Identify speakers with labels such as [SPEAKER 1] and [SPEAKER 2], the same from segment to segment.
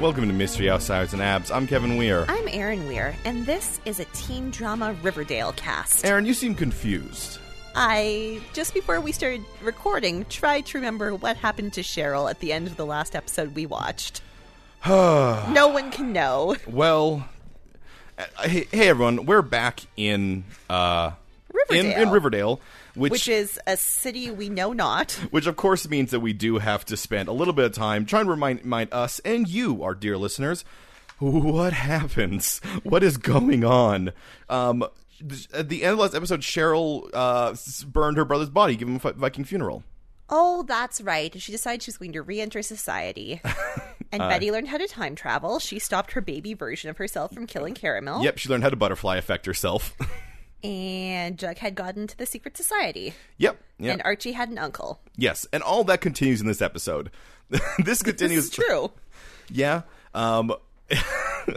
[SPEAKER 1] Welcome to Mystery Outsiders and Abs. I'm Kevin Weir.
[SPEAKER 2] I'm Erin Weir, and this is a teen drama Riverdale cast.
[SPEAKER 1] Aaron, you seem confused.
[SPEAKER 2] I, just before we started recording, tried to remember what happened to Cheryl at the end of the last episode we watched. no one can know.
[SPEAKER 1] Well, uh, hey, hey everyone, we're back in uh, in,
[SPEAKER 2] Riverdale.
[SPEAKER 1] in Riverdale, which
[SPEAKER 2] Which is a city we know not.
[SPEAKER 1] which of course means that we do have to spend a little bit of time trying to remind, remind us and you, our dear listeners, what happens, what is going on. Um, th- at the end of last episode, Cheryl uh, s- burned her brother's body, giving him a fi- Viking funeral.
[SPEAKER 2] Oh, that's right. She decided she was going to re enter society. Uh. And Betty learned how to time travel. She stopped her baby version of herself from killing Caramel.
[SPEAKER 1] Yep, she learned how to butterfly affect herself.
[SPEAKER 2] And Jughead had gotten into the secret society.
[SPEAKER 1] yep, yep.
[SPEAKER 2] And Archie had an uncle.
[SPEAKER 1] yes, and all that continues in this episode. this
[SPEAKER 2] This
[SPEAKER 1] continues.
[SPEAKER 2] is true.
[SPEAKER 1] Yeah. Um,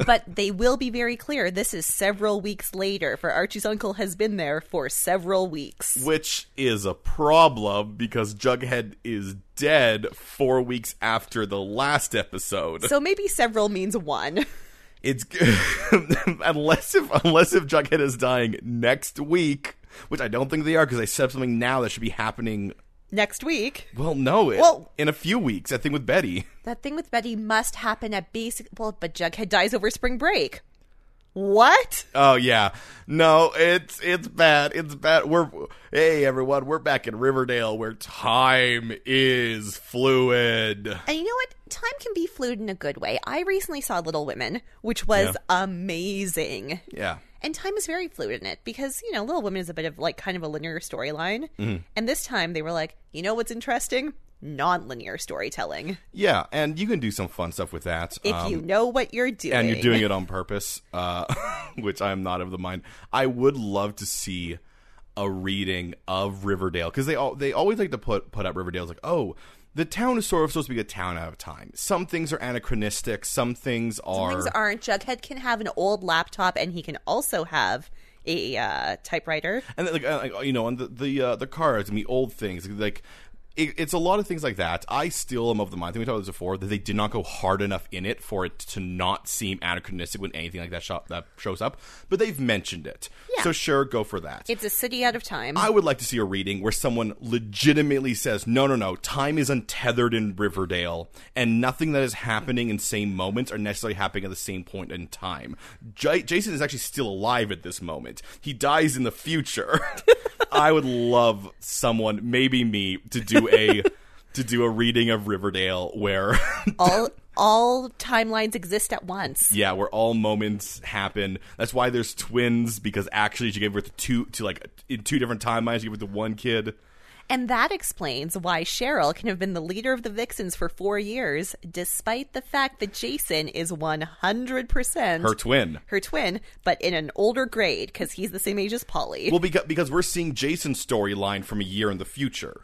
[SPEAKER 2] but they will be very clear. This is several weeks later, for Archie's uncle has been there for several weeks.
[SPEAKER 1] which is a problem because Jughead is dead four weeks after the last episode.
[SPEAKER 2] So maybe several means one.
[SPEAKER 1] It's unless if unless if Jughead is dying next week, which I don't think they are because they set up something now that should be happening.
[SPEAKER 2] Next week.
[SPEAKER 1] Well, no, it-
[SPEAKER 2] Well-
[SPEAKER 1] in a few weeks, I think with Betty.
[SPEAKER 2] That thing with Betty must happen at basic. Well, but Jughead dies over spring break. What?
[SPEAKER 1] Oh yeah, no, it's it's bad. It's bad. We're hey everyone, we're back in Riverdale where time is fluid.
[SPEAKER 2] And you know what? Time can be fluid in a good way. I recently saw Little Women, which was amazing.
[SPEAKER 1] Yeah.
[SPEAKER 2] And time is very fluid in it because, you know, Little Women is a bit of like kind of a linear storyline. And this time they were like, you know what's interesting? Non linear storytelling.
[SPEAKER 1] Yeah, and you can do some fun stuff with that.
[SPEAKER 2] If
[SPEAKER 1] um,
[SPEAKER 2] you know what you're doing.
[SPEAKER 1] and you're doing it on purpose, uh, which I am not of the mind. I would love to see a reading of Riverdale because they all they always like to put put up Riverdale as like oh. The town is sort of supposed to be a town out of time. Some things are anachronistic. Some things are.
[SPEAKER 2] Things aren't. Jughead can have an old laptop and he can also have a uh, typewriter.
[SPEAKER 1] and like, uh, like, you know, and the the, uh, the cards and the old things like. It, it's a lot of things like that. I still am of the mind. I think we talked about this before that they did not go hard enough in it for it to not seem anachronistic when anything like that shop, that shows up. But they've mentioned it, so sure, go for that.
[SPEAKER 2] It's a city out of time.
[SPEAKER 1] I would like to see a reading where someone legitimately says, "No, no, no, time is untethered in Riverdale, and nothing that is happening in same moments are necessarily happening at the same point in time." J- Jason is actually still alive at this moment. He dies in the future. I would love someone, maybe me, to do a to do a reading of Riverdale where
[SPEAKER 2] all all timelines exist at once.
[SPEAKER 1] Yeah, where all moments happen. That's why there's twins because actually she gave birth to two to like in two different timelines. She gave birth to one kid.
[SPEAKER 2] And that explains why Cheryl can have been the leader of the Vixens for four years, despite the fact that Jason is 100%
[SPEAKER 1] Her twin.
[SPEAKER 2] her twin, but in an older grade because he's the same age as Polly.
[SPEAKER 1] Well, because, because we're seeing Jason's storyline from a year in the future.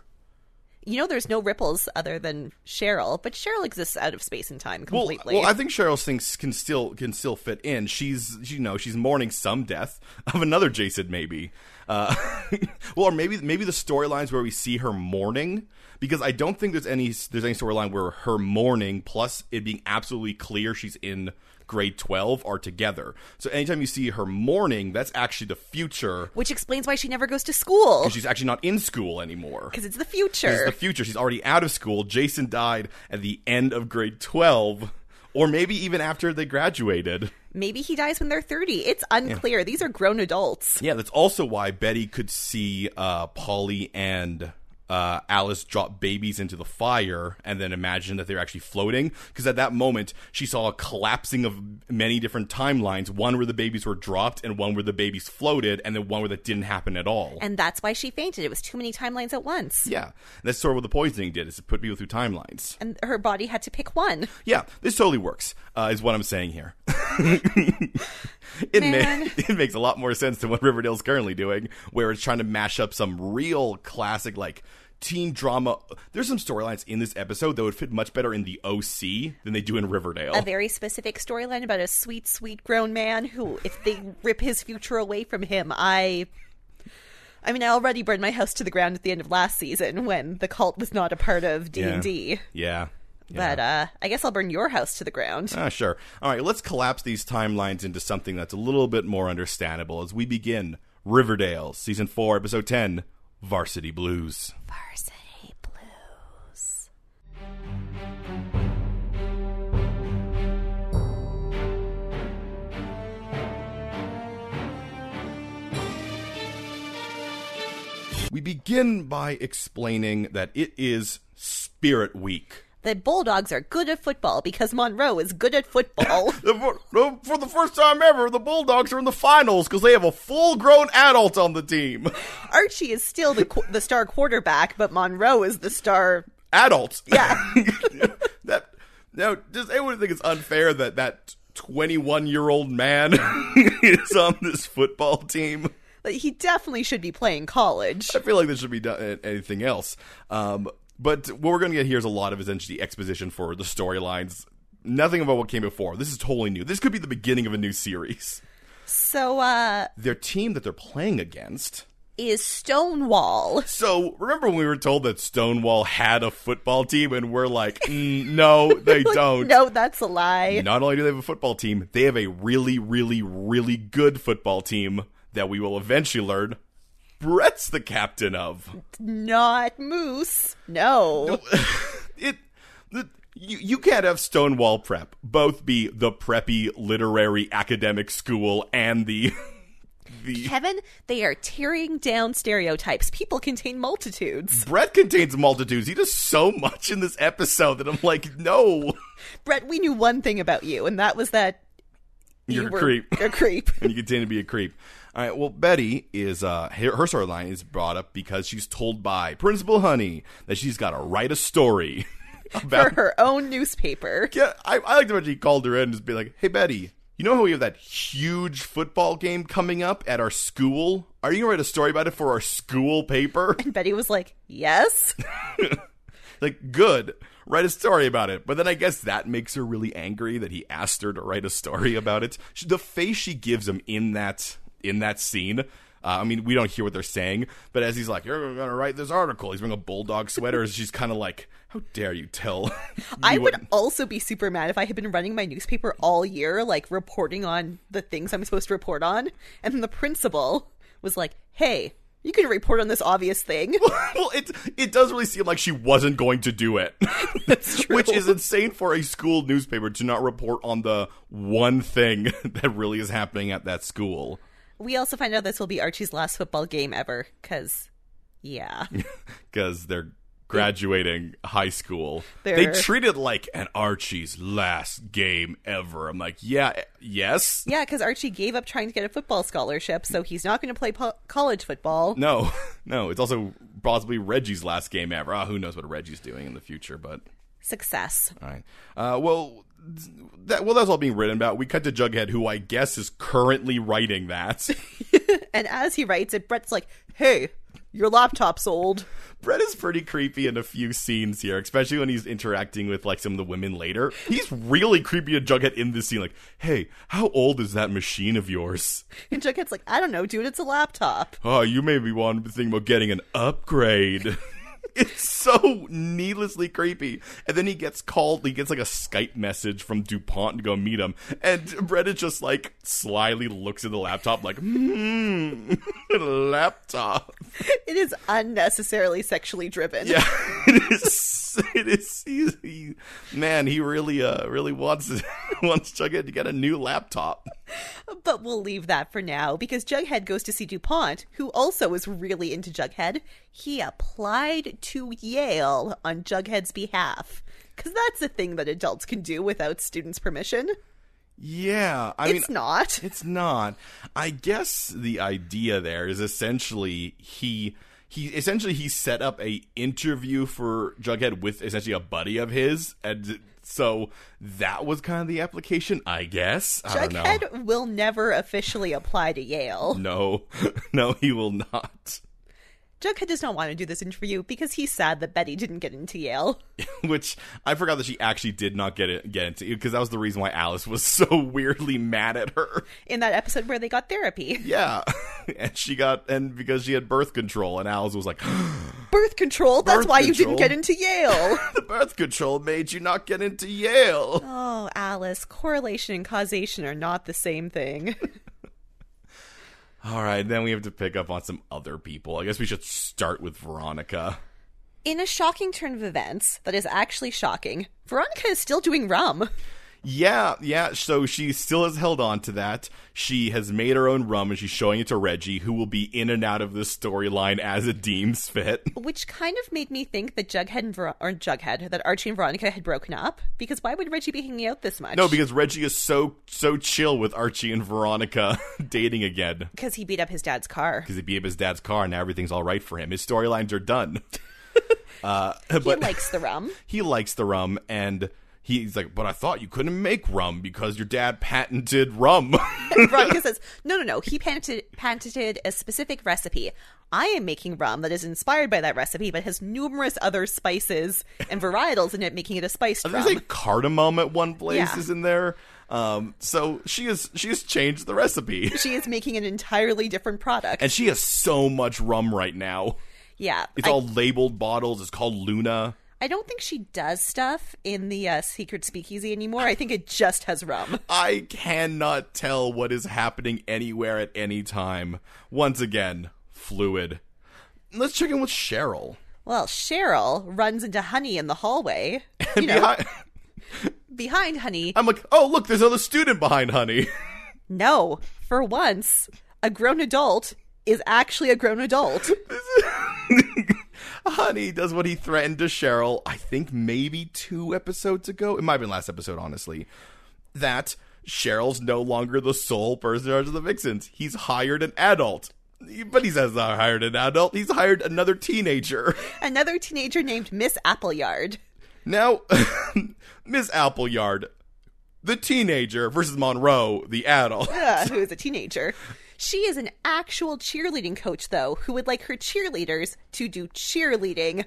[SPEAKER 2] you know, there's no ripples other than Cheryl, but Cheryl exists out of space and time
[SPEAKER 1] Well,
[SPEAKER 2] completely.
[SPEAKER 1] well, I think Cheryl's things can still can still fit in. She's you know she's mourning some death of another Jason maybe. Uh, well, or maybe maybe the storylines where we see her mourning because I don't think there's any there's any storyline where her mourning plus it being absolutely clear she's in grade 12 are together. So anytime you see her mourning, that's actually the future.
[SPEAKER 2] which explains why she never goes to school
[SPEAKER 1] She's actually not in school anymore.
[SPEAKER 2] because it's the
[SPEAKER 1] This is
[SPEAKER 2] future.
[SPEAKER 1] the future. She's already out of school. Jason died at the end of grade 12, or maybe even after they graduated.
[SPEAKER 2] Maybe he dies when they're 30. It's unclear. These are grown adults.
[SPEAKER 1] Yeah, that's also why Betty could see uh, Polly and uh, Alice drop babies into the fire and then imagine that they're actually floating. Because at that moment, she saw a collapsing of many different timelines one where the babies were dropped, and one where the babies floated, and then one where that didn't happen at all.
[SPEAKER 2] And that's why she fainted. It was too many timelines at once.
[SPEAKER 1] yeah, And that's sort of what the poisoning did, is it put people through timelines.
[SPEAKER 2] And her body had to pick one.
[SPEAKER 1] Yeah, this totally works, uh, is what I'm saying here. it, ma-
[SPEAKER 2] Man.
[SPEAKER 1] it makes a lot more sense than what Riverdale's currently doing, where it's trying to mash up some real classic, like, teen drama. There's some storylines in this episode that would fit much better in the OC than they do in Riverdale.
[SPEAKER 2] a very specific storyline about a sweet, sweet grown man who, if they rip his future away from him, I. I mean, I already burned my house to the ground at the end of last season when the cult was not a part of D
[SPEAKER 1] Yeah.
[SPEAKER 2] and D.
[SPEAKER 1] yeah.
[SPEAKER 2] But uh, I guess I'll burn your house to the ground.
[SPEAKER 1] Ah, sure. All right, let's collapse these timelines into something that's a little bit more understandable as we begin Riverdale, Season 4, Episode 10 Varsity Blues.
[SPEAKER 2] Varsity Blues.
[SPEAKER 1] We begin by explaining that it is Spirit Week.
[SPEAKER 2] The Bulldogs are good at football because Monroe is good at football.
[SPEAKER 1] For for the first time ever, the Bulldogs are in the finals because they have a full grown adult on the team.
[SPEAKER 2] Archie is still the, qu- the star quarterback, but Monroe is the star.
[SPEAKER 1] Adults.
[SPEAKER 2] Yeah.
[SPEAKER 1] that now does anyone think it's unfair that that 21 year old man is on this football team
[SPEAKER 2] Like, he definitely should be playing college.
[SPEAKER 1] i feel like this should be done a- anything else um, but what we're going to get here is a lot of essentially exposition for the storylines nothing about what came before this is totally new this could be the beginning of a new series
[SPEAKER 2] So, uh,
[SPEAKER 1] their team that they're playing against
[SPEAKER 2] is Stonewall.
[SPEAKER 1] so remember when we were told that stonewall had a football team and we're like mm, no they
[SPEAKER 2] Like,
[SPEAKER 1] don't
[SPEAKER 2] No, that's a lie.
[SPEAKER 1] Not only do they have a football team, they have a really, really, really good football team that we will eventually learn Brett's the captain of.
[SPEAKER 2] Not Moose. No.
[SPEAKER 1] It, the, you, you can't have Stonewall Prep both be the preppy literary academic school and the the
[SPEAKER 2] Kevin, they are tearing down stereotypes. People contain multitudes.
[SPEAKER 1] Brett contains multitudes. He does so much in this episode that I'm like, no,
[SPEAKER 2] Brett, we knew one thing about you, and that was that
[SPEAKER 1] you're
[SPEAKER 2] you
[SPEAKER 1] a
[SPEAKER 2] were
[SPEAKER 1] creep.
[SPEAKER 2] A creep.
[SPEAKER 1] and you continue to be a creep. All right. Well, Betty is uh, her, her storyline is brought up because she's told by Principal Honey that she's got to write a story
[SPEAKER 2] for
[SPEAKER 1] about.
[SPEAKER 2] her own newspaper.
[SPEAKER 1] Yeah, I, I like the way she called her in and just be like, "Hey, Betty, you know how we have that huge football game coming up at our school? Are you gonna write a story about it for our school paper?
[SPEAKER 2] And Betty was like, Yes.
[SPEAKER 1] like, good." Write a story about it, but then I guess that makes her really angry that he asked her to write a story about it. She, the face she gives him in that in that scene, uh, I mean, we don't hear what they're saying, but as he's like, "You're gonna write this article," he's wearing a bulldog sweater, and she's kind of like, "How dare you tell?"
[SPEAKER 2] I
[SPEAKER 1] you
[SPEAKER 2] would
[SPEAKER 1] what-
[SPEAKER 2] also be super mad if I had been running my newspaper all year, like reporting on the things I'm supposed to report on. And then the principal was like, Hey, you can report on this obvious thing.
[SPEAKER 1] well, it it does really seem like she wasn't going to do it,
[SPEAKER 2] That's true.
[SPEAKER 1] which is insane for a school newspaper to not report on the one thing that really is happening at that school.
[SPEAKER 2] We also find out this will be Archie's last football game ever, because, yeah.
[SPEAKER 1] because they're graduating high school.
[SPEAKER 2] They're-
[SPEAKER 1] They treat it like an Archie's last game ever. I'm like, yeah, eh, yes,
[SPEAKER 2] yeah, because Archie gave up trying to get a football scholarship, so he's not going to play po- college football.
[SPEAKER 1] no, no. It's also possibly Reggie's last game ever. Ah, who knows what Reggie's doing in the future? But
[SPEAKER 2] Success.
[SPEAKER 1] all right, uh, well. th- That, well, that's all being written about. We cut to Jughead, who I guess is currently writing that.
[SPEAKER 2] And as he writes it, Brett's like, Hey, your laptop's old.
[SPEAKER 1] Brett is pretty creepy in a few scenes here, especially when he's interacting with like some of the women later. He's really creepy to Jughead in this scene. Like, hey, how old is that machine of yours?
[SPEAKER 2] And Jughead's like, I don't know, dude, it's a laptop.
[SPEAKER 1] Oh, you may be wanting to think about getting an upgrade. it's so needlessly creepy. And then he gets called, he gets like a Skype message from DuPont to go meet him. And Brett is just like slyly looks at the laptop, like, hmm, laptop.
[SPEAKER 2] It is unnecessarily sexually driven.
[SPEAKER 1] Yeah, it is. It is. He, he, man, he really, uh, really wants wants Jughead to get a new laptop.
[SPEAKER 2] But we'll leave that for now because Jughead goes to see DuPont, who also is really into Jughead. He applied to Yale on Jughead's behalf. Because that's a thing that adults can do without students' permission.
[SPEAKER 1] Yeah, I mean,
[SPEAKER 2] It's not.
[SPEAKER 1] it's not. I guess the idea there is essentially he. He essentially he set up a interview for Jughead with essentially a buddy of his, and so that was kind of the application, I guess. I don't know.
[SPEAKER 2] Jughead will never officially apply to Yale.
[SPEAKER 1] No, no, he will not.
[SPEAKER 2] Jughead does not want to do this interview because he's sad that Betty didn't get into Yale.
[SPEAKER 1] which I forgot that she actually did not get it get into because that was the reason why Alice was so weirdly mad at her.
[SPEAKER 2] In that episode where they got therapy.
[SPEAKER 1] Yeah, and she got and because she had birth control, and Alice was like,
[SPEAKER 2] Birth control. That's
[SPEAKER 1] Birth
[SPEAKER 2] why you
[SPEAKER 1] control.
[SPEAKER 2] didn't get into Yale.
[SPEAKER 1] the birth control made you not get into Yale.
[SPEAKER 2] oh, Alice, correlation and causation are not the same thing.
[SPEAKER 1] All right, then we have to pick up on some other people. I guess we should start with Veronica.
[SPEAKER 2] In a shocking turn of events that is actually shocking, Veronica is still doing rum.
[SPEAKER 1] Yeah, yeah. So she still has held on to that. She has made her own rum and she's showing it to Reggie, who will be in and out of this storyline as it deems fit.
[SPEAKER 2] which kind of made me think that Jughead and Ver- or Jughead that Archie and Veronica had broken up because why would Reggie be hanging out this much?
[SPEAKER 1] No, because Reggie is so so chill with Archie and Veronica dating again
[SPEAKER 2] because he beat up his dad's car.
[SPEAKER 1] because he beat up his dad's car and now everything's all right for him. His storylines are done. uh,
[SPEAKER 2] He
[SPEAKER 1] but
[SPEAKER 2] likes the rum.
[SPEAKER 1] he likes the rum and he's like, "But I thought you couldn't make rum because your dad patented rum."
[SPEAKER 2] And Veronica says, "No, no, no. He patented patented a specific recipe. I am making rum that is inspired by that recipe, but has numerous other spices and varietals in it, making it a spiced rum."
[SPEAKER 1] There's like cardamom at one place
[SPEAKER 2] Yeah.
[SPEAKER 1] is in there. Um, so she is she has changed the recipe,
[SPEAKER 2] she is making an entirely different product.
[SPEAKER 1] and she has so much rum right now.
[SPEAKER 2] yeah,
[SPEAKER 1] It's
[SPEAKER 2] I,
[SPEAKER 1] all labeled bottles. It's called Luna.
[SPEAKER 2] I don't think she does stuff in the uh, secret speakeasy anymore. I think it just has rum.
[SPEAKER 1] I cannot tell what is happening anywhere at any time. Once again, fluid. Let's check in with Cheryl.
[SPEAKER 2] Well, Cheryl runs into Honey in the hallway. You know, behind-,
[SPEAKER 1] Behind,
[SPEAKER 2] Honey.
[SPEAKER 1] I'm like, oh look, there's another student behind, honey.
[SPEAKER 2] no, for once, a grown adult is actually a grown adult.
[SPEAKER 1] Honey does what he threatened to Cheryl, I think maybe two episodes ago. It might have been last episode, honestly. That Cheryl's no longer the sole person in charge of the Vixens. He's hired an adult. But he says not hired an adult. He's hired another teenager.
[SPEAKER 2] Another teenager named Miss Appleyard.
[SPEAKER 1] Now, Miss Appleyard, the teenager, versus Monroe, the adult.
[SPEAKER 2] Ugh, uh, who is a teenager. She is an actual cheerleading coach, though, who would like her cheerleaders to do cheerleading,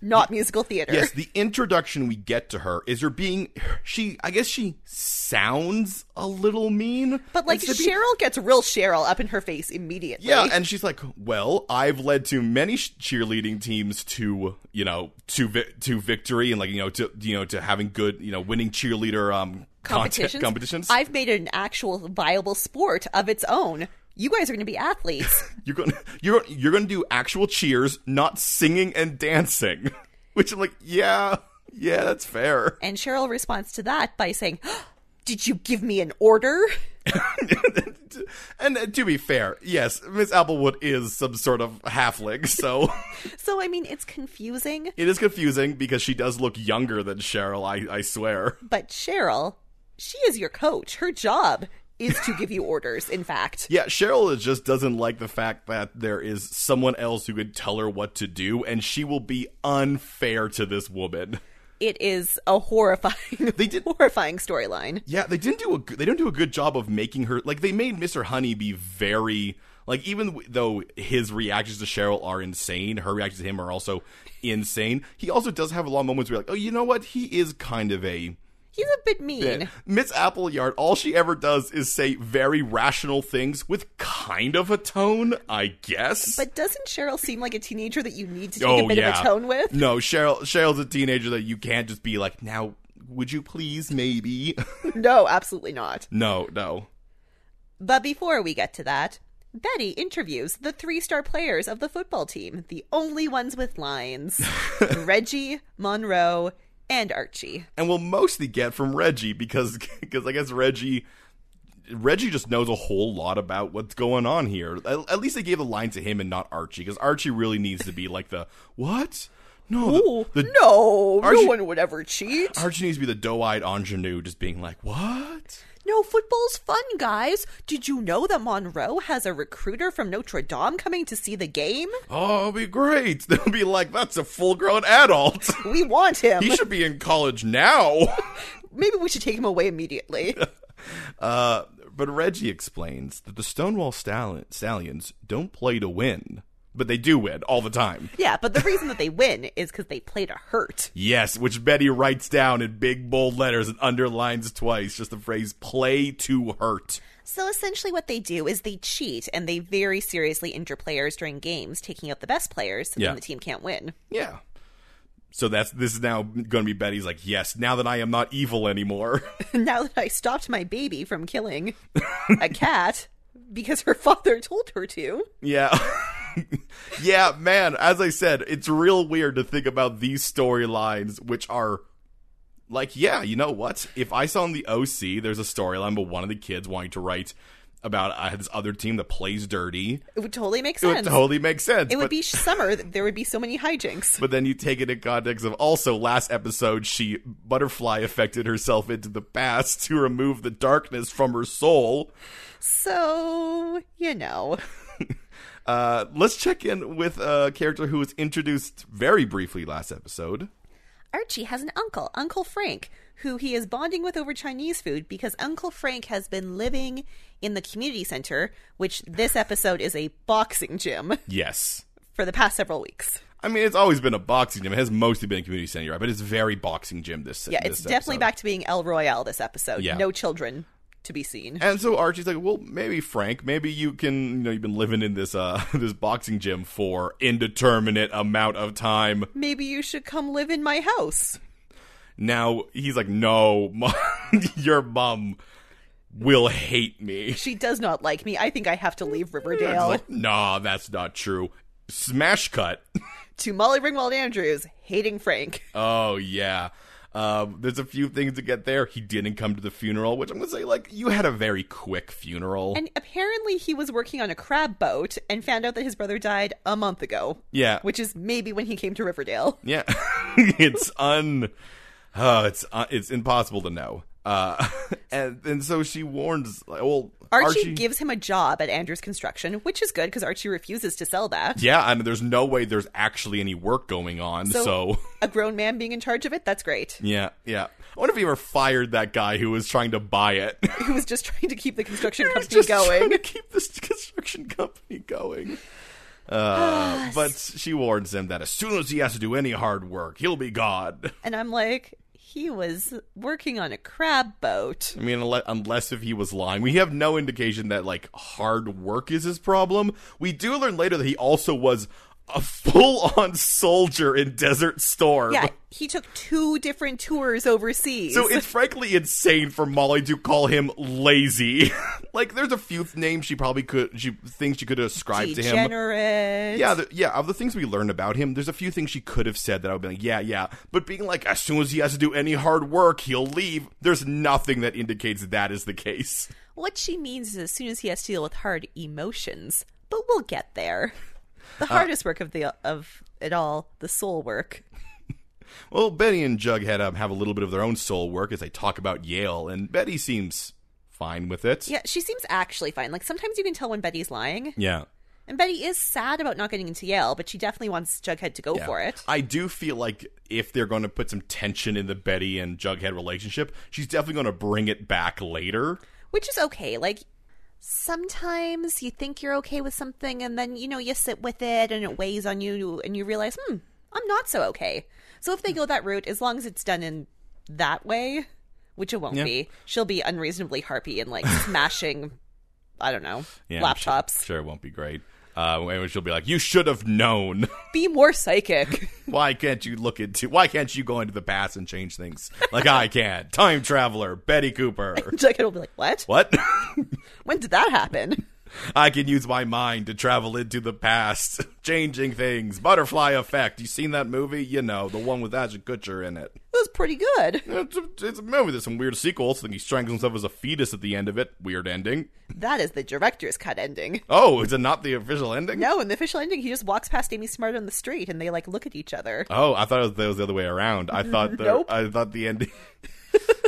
[SPEAKER 2] not musical theater.
[SPEAKER 1] Yes, the introduction we get to her is her being she I guess she sounds a little mean.
[SPEAKER 2] But like
[SPEAKER 1] It's the be-
[SPEAKER 2] Cheryl gets real Cheryl up in her face immediately.
[SPEAKER 1] Yeah, and she's like, "Well, I've led too many sh- cheerleading teams to, you know, to vi- to victory and like, you know, to you know, to having good, you know, winning cheerleader um
[SPEAKER 2] competitions.
[SPEAKER 1] content- competitions.
[SPEAKER 2] I've made it an actual viable sport of its own. You guys are going to be athletes.
[SPEAKER 1] you're going to you're you're going to do actual cheers, not singing and dancing." Which I'm like, "Yeah, yeah, that's fair."
[SPEAKER 2] and Cheryl responds to that by saying, "Did you give me an order?"
[SPEAKER 1] and uh, to be fair, yes, Miss Applewood is some sort of halfling, so
[SPEAKER 2] So I mean, it's confusing,
[SPEAKER 1] it is confusing because she does look younger than Cheryl, I I swear.
[SPEAKER 2] but Cheryl, she is your coach. Her job is to give you orders, in fact.
[SPEAKER 1] Yeah, Cheryl is- just doesn't like the fact that there is someone else who could tell her what to do, and she will be unfair to this woman.
[SPEAKER 2] It is a horrifying
[SPEAKER 1] They did-
[SPEAKER 2] horrifying storyline.
[SPEAKER 1] Yeah, they didn't do a good, they don't do a good job of making her like they made Mr. Honey be very like even w- though his reactions to Cheryl are insane, her reactions to him are also insane. He also does have a lot of moments where you're like, oh, you know what? He is kind of a
[SPEAKER 2] He's a bit mean.
[SPEAKER 1] Miss Appleyard. All she ever does is say very rational things with kind of a tone, I guess.
[SPEAKER 2] But doesn't Cheryl seem like a teenager that you need to take
[SPEAKER 1] oh
[SPEAKER 2] a bit
[SPEAKER 1] yeah.
[SPEAKER 2] of a tone with?
[SPEAKER 1] No, Cheryl. Cheryl's a teenager that you can't just be like, now would you please maybe?
[SPEAKER 2] No, absolutely not.
[SPEAKER 1] no, no.
[SPEAKER 2] But before we get to that, Betty interviews the three star players of the football team, the only ones with lines Reggie, Monroe, and Archie.
[SPEAKER 1] And we'll mostly get from Reggie because because I guess Reggie. Reggie just knows a whole lot about what's going on here. At, at least they gave the line to him and not Archie, because Archie really needs to be like the what? No, the, the-
[SPEAKER 2] no,
[SPEAKER 1] Archie-
[SPEAKER 2] no one would ever cheat.
[SPEAKER 1] Archie needs to be the doe-eyed ingenue, just being like, what?
[SPEAKER 2] no, football's fun, guys. Did you know that Monroe has a recruiter from Notre Dame coming to see the game?
[SPEAKER 1] Oh, it'll be great. They'll be like, that's a full-grown adult.
[SPEAKER 2] We want him.
[SPEAKER 1] he should be in college now.
[SPEAKER 2] Maybe we should take him away immediately.
[SPEAKER 1] Uh, but Reggie explains that the Stonewall Stalli- Stallions don't play to win. but they do win all the time.
[SPEAKER 2] Yeah, but the reason that they win is because they play to hurt.
[SPEAKER 1] Yes, which Betty writes down in big bold letters and underlines twice, just the phrase play to hurt.
[SPEAKER 2] So essentially, what they do is they cheat and they very seriously injure players during games, taking out the best players, so
[SPEAKER 1] Yeah.
[SPEAKER 2] then the team can't win.
[SPEAKER 1] Yeah. So that's this is now going to be Betty's like, "Yes, now that I am not evil anymore."
[SPEAKER 2] now that I stopped my baby from killing a cat because her father told her to,
[SPEAKER 1] Yeah. yeah, man, as I said, it's real weird to think about these storylines, which are like, yeah, you know what? If I saw in the OC, there's a storyline about one of the kids wanting to write about uh, this other team that plays dirty,
[SPEAKER 2] it would totally make
[SPEAKER 1] it
[SPEAKER 2] sense.
[SPEAKER 1] would totally make sense.
[SPEAKER 2] It would
[SPEAKER 1] but,
[SPEAKER 2] be summer. There would be so many hijinks.
[SPEAKER 1] but then you take it in context of also last episode, she butterfly affected herself into the past to remove the darkness from her soul.
[SPEAKER 2] So, you know.
[SPEAKER 1] Uh, let's check in with a character who was introduced very briefly last episode.
[SPEAKER 2] Archie has an uncle, Uncle Frank, who he is bonding with over Chinese food because Uncle Frank has been living in the community center, which this episode is a boxing gym
[SPEAKER 1] Yes.
[SPEAKER 2] for the past several weeks.
[SPEAKER 1] I mean, it's always been a boxing gym. It has mostly been a community center, right? But it's very boxing gym this.
[SPEAKER 2] Yeah, it's definitely back to being El Royale this episode.
[SPEAKER 1] Yeah.
[SPEAKER 2] No children to be seen.
[SPEAKER 1] And so Archie's like, "Well, maybe Frank, maybe you can, you know, you've been living in this uh this boxing gym for indeterminate amount of time."
[SPEAKER 2] Maybe you should come live in my house.
[SPEAKER 1] Now he's like, "No, mom, your mom will hate me."
[SPEAKER 2] She does not like me. I think I have to leave
[SPEAKER 1] It's
[SPEAKER 2] Riverdale.
[SPEAKER 1] like, "Nah, that's not true." Smash cut.
[SPEAKER 2] to Molly Ringwald Andrews, hating Frank.
[SPEAKER 1] Oh yeah. Um, there's a few things to get there. He didn't come to the funeral, which I'm gonna say, like, you had a very quick funeral.
[SPEAKER 2] And apparently, he was working on a crab boat and found out that his brother died a month ago.
[SPEAKER 1] yeah.
[SPEAKER 2] Which is maybe when he came to Riverdale.
[SPEAKER 1] Yeah, it's un, uh, it's uh, it's impossible to know. Uh, and and so she warns. like, Well,
[SPEAKER 2] Archie, gives him a job at Andrews Construction, which is good because Archie refuses to sell that.
[SPEAKER 1] Yeah, I mean, there's no way there's actually any work going on. So,
[SPEAKER 2] So- A grown man being in charge of it, that's great.
[SPEAKER 1] yeah, yeah. I wonder if he ever fired that guy who was trying to buy it.
[SPEAKER 2] He was just trying to keep the construction
[SPEAKER 1] He was
[SPEAKER 2] company
[SPEAKER 1] just trying
[SPEAKER 2] going.
[SPEAKER 1] to keep this construction company going. Uh, but she warns him that as soon as he has to do any hard work, he'll be gone.
[SPEAKER 2] And I'm like, he was working on a crab boat.
[SPEAKER 1] I mean, unle- unless if he was lying, we have no indication that like hard work is his problem. We do learn later that he also was a full-on soldier in Desert Storm.
[SPEAKER 2] Yeah, he took two different tours overseas.
[SPEAKER 1] So it's frankly insane for Molly to call him lazy. like, there's a few th- names she probably could, she things she could ascribe to him.
[SPEAKER 2] degenerate.
[SPEAKER 1] Yeah, the, yeah. Of the things we learned about him, there's a few things she could have said that I would be like, yeah, yeah. But being like, as soon as he has to do any hard work, he'll leave. There's nothing that indicates that is the case.
[SPEAKER 2] What she means is as soon as he has to deal with hard emotions, but we'll get there. The
[SPEAKER 1] Uh,
[SPEAKER 2] hardest work of the of it all, the soul work.
[SPEAKER 1] Well, Betty and Jughead um, have a little bit of their own soul work as they talk about Yale, and Betty seems fine with it.
[SPEAKER 2] Yeah, she seems actually fine. Like sometimes you can tell when Betty's lying,
[SPEAKER 1] Yeah.
[SPEAKER 2] and Betty is sad about not getting into Yale, but she definitely wants Jughead to go
[SPEAKER 1] Yeah.
[SPEAKER 2] for it.
[SPEAKER 1] I do feel like if they're going to put some tension in the Betty and Jughead relationship, she's definitely going to bring it back later.
[SPEAKER 2] which is okay. Like sometimes you think you're okay with something, and then you know you sit with it, and it weighs on you, and you realize, hmm, I'm not so okay. So if they go that route, as long as it's done in that way, which it won't
[SPEAKER 1] Yeah.
[SPEAKER 2] be, she'll be unreasonably harpy and like smashing, I don't know,
[SPEAKER 1] Yeah, I'm sure-
[SPEAKER 2] laptops.
[SPEAKER 1] Sure, it won't be great. Uh, and she'll be like, "You should have known.
[SPEAKER 2] Be more psychic.
[SPEAKER 1] why can't you look into? Why can't you go into the past and change things like I can? Time traveler, Betty Cooper.
[SPEAKER 2] Jughead will be like, what?
[SPEAKER 1] What?
[SPEAKER 2] When did that happen?
[SPEAKER 1] I can use my mind to travel into the past, changing things. Butterfly effect. You seen that movie? You know, the one with Ashton Kutcher in it.
[SPEAKER 2] It was pretty good.
[SPEAKER 1] It's a, it's a movie. There's some weird sequels. I think he strangles himself as a fetus at the end of it. Weird ending.
[SPEAKER 2] That is the director's cut ending.
[SPEAKER 1] Oh, is it not the official ending?
[SPEAKER 2] No, in the official ending, he just walks past Amy Smart on the street, and they like look at each other.
[SPEAKER 1] Oh, I thought it was, that was the other way around. I thought the,
[SPEAKER 2] Nope.
[SPEAKER 1] I thought the ending.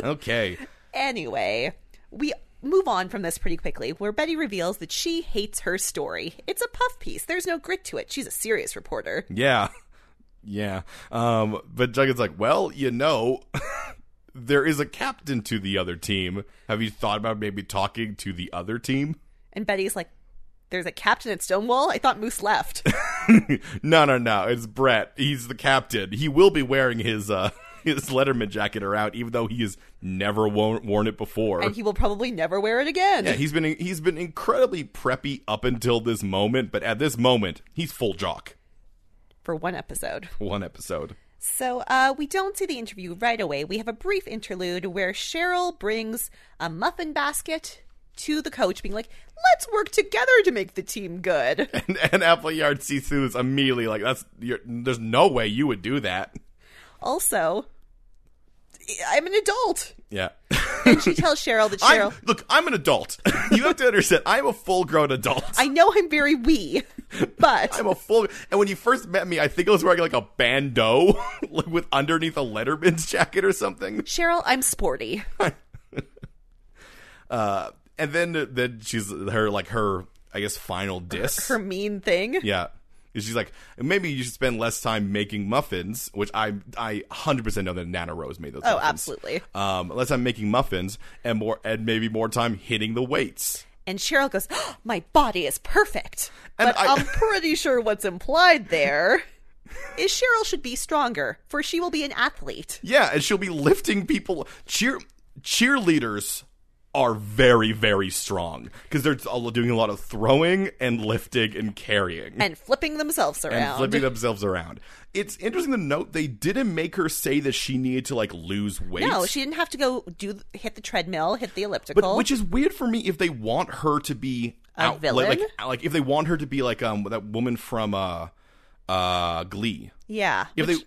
[SPEAKER 1] okay.
[SPEAKER 2] Anyway, we move on from this pretty quickly, where Betty reveals that she hates her story. It's a puff piece. There's no grit to it. She's a serious reporter.
[SPEAKER 1] Yeah. Yeah. Um, but Jughead's like, well, you know, there is a captain to the other team. Have you thought about maybe talking to the other team?
[SPEAKER 2] And Betty's like, There's a captain at Stonewall? I thought Moose left.
[SPEAKER 1] no, no, no. It's Brett. He's the captain. He will be wearing his uh his Letterman jacket around, even though he has never worn, worn it before.
[SPEAKER 2] and he will probably never wear it again.
[SPEAKER 1] yeah, he's been he's been incredibly preppy up until this moment, but at this moment, he's full jock.
[SPEAKER 2] for one episode.
[SPEAKER 1] One episode.
[SPEAKER 2] So uh, we don't see the interview right away. We have a brief interlude where Cheryl brings a muffin basket to the coach, being like, "Let's work together to make the team good."
[SPEAKER 1] And, and Appleyard sees through this immediately. Like that's you're, there's no way you would do that.
[SPEAKER 2] also, I'm an adult.
[SPEAKER 1] Yeah.
[SPEAKER 2] And she tells Cheryl that Cheryl,
[SPEAKER 1] I'm, look, I'm an adult. you have to understand. I'm a full grown adult.
[SPEAKER 2] i know I'm very wee, but
[SPEAKER 1] I'm a full. And when you first met me, I think I was wearing like a bandeau, like with underneath a Letterman's jacket or something.
[SPEAKER 2] Cheryl, I'm sporty.
[SPEAKER 1] Uh, and then then she's her like her I guess final diss.
[SPEAKER 2] Her mean thing.
[SPEAKER 1] yeah. And She's like, maybe you should spend less time making muffins, which I I hundred percent know that Nana Rose made those.
[SPEAKER 2] Oh,
[SPEAKER 1] muffins.
[SPEAKER 2] absolutely.
[SPEAKER 1] Um, less time making muffins and more and maybe more time hitting the weights.
[SPEAKER 2] And Cheryl goes, "Oh, "My body is perfect,"
[SPEAKER 1] And
[SPEAKER 2] but
[SPEAKER 1] I-
[SPEAKER 2] I- am pretty sure what's implied there is Cheryl should be stronger, for she will be an athlete.
[SPEAKER 1] Yeah, and she'll be lifting people. Cheer cheerleaders are very very strong because they're all doing a lot of throwing and lifting and carrying
[SPEAKER 2] and flipping themselves around.
[SPEAKER 1] and flipping themselves around. It's interesting to note they didn't make her say that she needed to like lose weight.
[SPEAKER 2] no, she didn't have to go do hit the treadmill, hit the elliptical.
[SPEAKER 1] but which is weird for me if they want her to be
[SPEAKER 2] A
[SPEAKER 1] out,
[SPEAKER 2] villain?
[SPEAKER 1] like, like like if they want her to be like um that woman from uh uh Glee.
[SPEAKER 2] yeah,
[SPEAKER 1] If
[SPEAKER 2] which-
[SPEAKER 1] they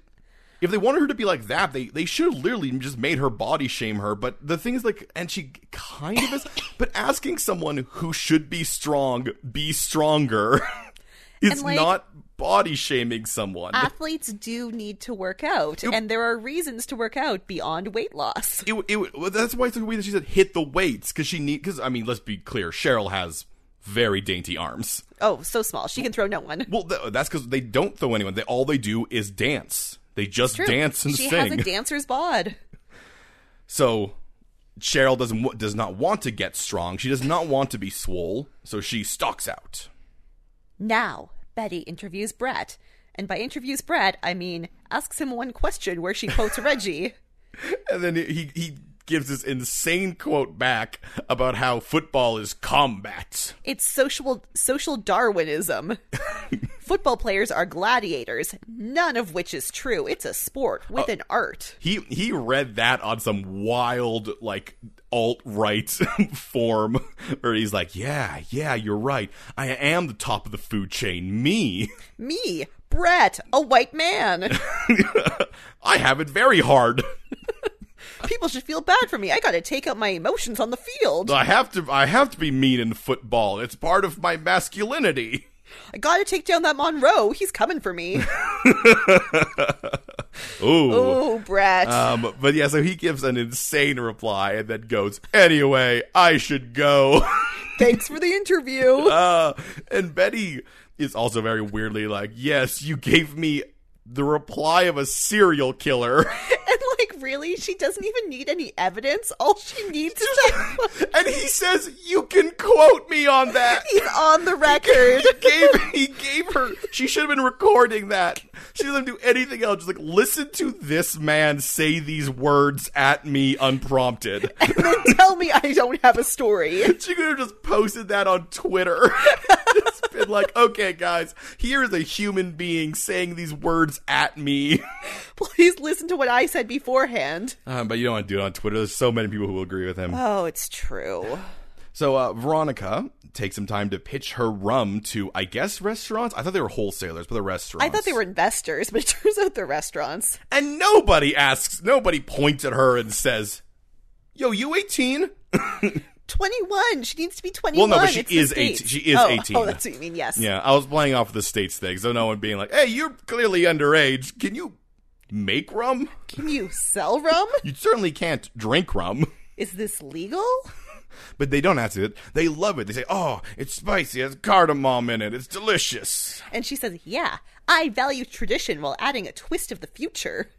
[SPEAKER 1] if they wanted her to be like that, they they should have literally just made her body shame her. But the thing is, like, and she kind of is. But asking someone who should be strong be stronger is
[SPEAKER 2] And, like-
[SPEAKER 1] not body shaming someone.
[SPEAKER 2] athletes do need to work out, and there are reasons to work out beyond weight loss.
[SPEAKER 1] it, it, well, that's why it's the way that she said hit the weights because she need because I mean let's be clear Cheryl has very dainty arms.
[SPEAKER 2] Oh, so small, she can throw no one.
[SPEAKER 1] Well, th- that's because they don't throw anyone. They all they do is dance. They just
[SPEAKER 2] True.
[SPEAKER 1] dance and
[SPEAKER 2] she
[SPEAKER 1] sing.
[SPEAKER 2] has a dancer's bod.
[SPEAKER 1] So Cheryl doesn't wa- does not want to get strong. She does not want to be swole. So she stalks out.
[SPEAKER 2] Now, Betty interviews Brett. And by interviews Brett, I mean asks him one question where she quotes Reggie.
[SPEAKER 1] And then he he gives this insane quote back about how football is combat.
[SPEAKER 2] It's social social Darwinism. Football players are gladiators, none of which is true. It's a sport with an art.
[SPEAKER 1] He he read that on some wild like alt right form where he's like, "Yeah, yeah, you're right. I am the top of the food chain. Me,
[SPEAKER 2] Me, Brett, a white man.
[SPEAKER 1] I have it very hard.
[SPEAKER 2] People should feel bad for me. I got to take out my emotions on the field.
[SPEAKER 1] I have to I have to be mean in football. It's part of my masculinity."
[SPEAKER 2] I got to take down that Monroe. He's coming for me.
[SPEAKER 1] Ooh.
[SPEAKER 2] Oh, Brett.
[SPEAKER 1] Um, but yeah, so he gives an insane reply and then goes, "Anyway, I should go."
[SPEAKER 2] Thanks for the interview.
[SPEAKER 1] uh, and Betty is also very weirdly like, "Yes, you gave me the reply of a serial killer,"
[SPEAKER 2] And like, really, she doesn't even need any evidence. All she needs is that
[SPEAKER 1] and he says, "You can quote me on that."
[SPEAKER 2] he's on the record.
[SPEAKER 1] He gave he gave her. She should have been recording that. She doesn't do anything else. Just like listen to this man say these words at me unprompted.
[SPEAKER 2] And then tell me I don't have a story.
[SPEAKER 1] She could have just posted that on Twitter. just been like, okay, guys, here is a human being saying these words at me.
[SPEAKER 2] Please listen to what I said beforehand.
[SPEAKER 1] Um, but you don't want to do it on Twitter. There's so many people who will agree with him.
[SPEAKER 2] Oh, it's true.
[SPEAKER 1] So uh, Veronica takes some time to pitch her rum to, I guess, restaurants. I thought they were wholesalers, but they're restaurants.
[SPEAKER 2] I thought they were investors, but it turns out they're restaurants.
[SPEAKER 1] And nobody asks, nobody points at her and says, yo, you 18?
[SPEAKER 2] 21. She needs to be 21.
[SPEAKER 1] Well, no, but she
[SPEAKER 2] It's the
[SPEAKER 1] is
[SPEAKER 2] States.
[SPEAKER 1] 18. She is
[SPEAKER 2] oh,
[SPEAKER 1] 18.
[SPEAKER 2] Oh, that's what you mean. Yes.
[SPEAKER 1] Yeah, I was playing off the states thing, so no one being like, hey, you're clearly underage. Can you make rum?
[SPEAKER 2] Can you sell rum?
[SPEAKER 1] You certainly can't drink rum,
[SPEAKER 2] Is this legal?
[SPEAKER 1] but they don't ask it. They love it. They say, "Oh, it's spicy. It has cardamom in it. It's delicious."
[SPEAKER 2] And she says, Yeah, I value tradition while adding a twist of the future.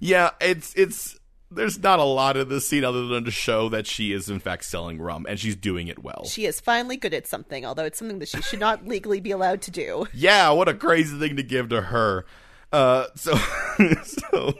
[SPEAKER 1] Yeah, it's it's there's not a lot of this scene other than to show that she is in fact selling rum and she's doing it well.
[SPEAKER 2] She is finally good at something, although it's something that she should not legally be allowed to do.
[SPEAKER 1] yeah, what a crazy thing to give to her. Uh, so, so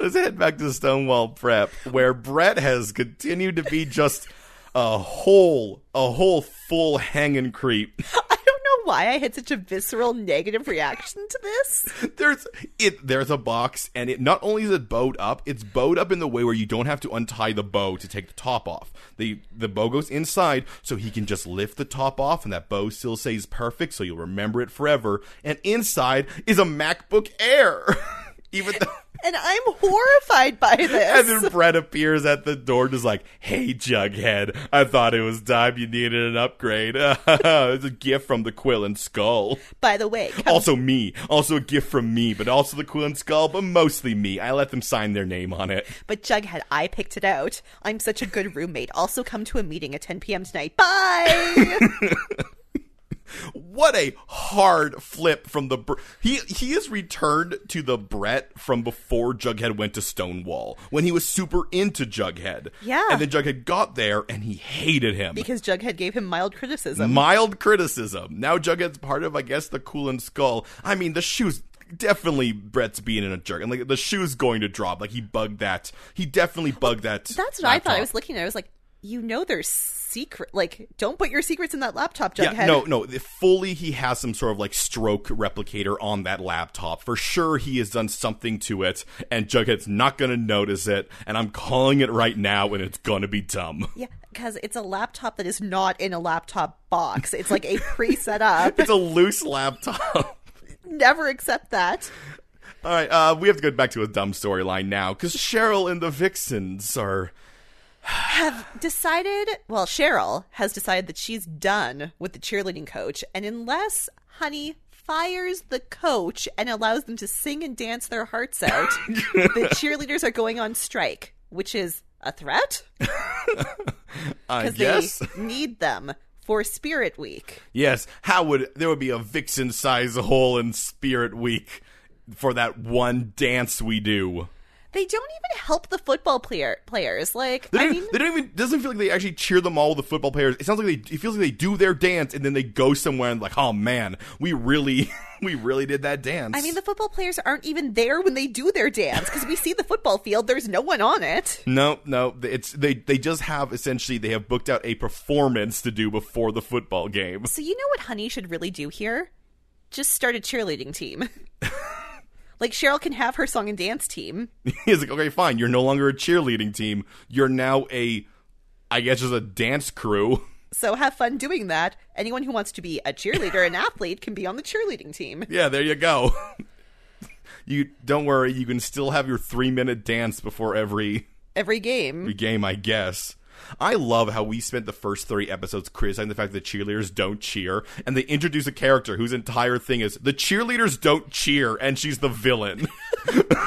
[SPEAKER 1] let's head back to Stonewall Prep, where Brett has continued to be just a whole, a whole full hanging creep.
[SPEAKER 2] I don't know why I had such a visceral negative reaction to this.
[SPEAKER 1] There's it. There's a box, and it not only is it bowed up, it's bowed up in the way where you don't have to untie the bow to take the top off. the The bow goes inside, so he can just lift the top off, and that bow still stays perfect, so you'll remember it forever. And inside is a MacBook Air, even though.
[SPEAKER 2] And I'm horrified by
[SPEAKER 1] And
[SPEAKER 2] this.
[SPEAKER 1] then Brett appears at the door, just like, "Hey, Jughead, I thought it was time you needed an upgrade. it's a gift from the Quill and Skull.
[SPEAKER 2] By the way, come-
[SPEAKER 1] Also me. Also a gift from me, but also the Quill and Skull, but mostly me. I let them sign their name on it.
[SPEAKER 2] but Jughead, I picked it out. I'm such a good roommate. Also, come to a meeting at 10 p.m. tonight. Bye.
[SPEAKER 1] What a hard flip from the Br- he he is returned to the Brett from before Jughead went to Stonewall when he was super into Jughead.
[SPEAKER 2] Yeah.
[SPEAKER 1] and then Jughead got there and he hated him.
[SPEAKER 2] because Jughead gave him mild criticism.
[SPEAKER 1] mild criticism. Now Jughead's part of, I guess, the Cool and Skull. I mean, the shoes. Definitely, Brett's being in a jerk, and like the shoe's going to drop. Like he bugged that. He definitely bugged that.
[SPEAKER 2] That's what I thought. I
[SPEAKER 1] laptop.
[SPEAKER 2] was looking at. it. I was like, you know, there's secret. Like, don't put your secrets in that laptop, Jughead.
[SPEAKER 1] Yeah, no, no. the- Fully, he has some sort of like stroke replicator on that laptop. For sure, he has done something to it, and Jughead's not going to notice it. And I'm calling it right now, and it's going to be dumb.
[SPEAKER 2] Yeah, because it's a laptop that is not in a laptop box. It's like a pre-set up.
[SPEAKER 1] It's a loose laptop.
[SPEAKER 2] Never accept that.
[SPEAKER 1] All right, uh, we have to go back to a dumb storyline now because Cheryl and the Vixens are.
[SPEAKER 2] Have decided. Well, Cheryl has decided that she's done with the cheerleading coach, and unless Honey fires the coach and allows them to sing and dance their hearts out, the cheerleaders are going on strike, which is a threat
[SPEAKER 1] I
[SPEAKER 2] because
[SPEAKER 1] guess.
[SPEAKER 2] they need them for Spirit Week.
[SPEAKER 1] Yes. How would there would be a vixen size hole in Spirit Week for that one dance we do?
[SPEAKER 2] They don't even help the football player players. Like,
[SPEAKER 1] They
[SPEAKER 2] I
[SPEAKER 1] don't,
[SPEAKER 2] mean,
[SPEAKER 1] they don't even doesn't feel like they actually cheer them all with the football players. It sounds like they it feels like they do their dance and then they go somewhere and like, oh man, we really we really did that dance.
[SPEAKER 2] I mean, the football players aren't even there when they do their dance because we see the football field. There's no one on it.
[SPEAKER 1] no, no, it's they they just have essentially they have booked out a performance to do before the football game.
[SPEAKER 2] So you know what Honey should really do here? Just start a cheerleading team. like Cheryl can have her song and dance team.
[SPEAKER 1] He's like, okay, fine, you're no longer a cheerleading team. You're now a, I guess, just a dance crew.
[SPEAKER 2] So have fun doing that. Anyone who wants to be a cheerleader, an athlete, can be on the cheerleading team.
[SPEAKER 1] Yeah, there you go. you don't worry, you can still have your three minute dance before every
[SPEAKER 2] Every game.
[SPEAKER 1] game, I guess. I love how we spent the first three episodes criticizing the fact that cheerleaders don't cheer, and they introduce a character whose entire thing is the cheerleaders don't cheer, and she's the villain.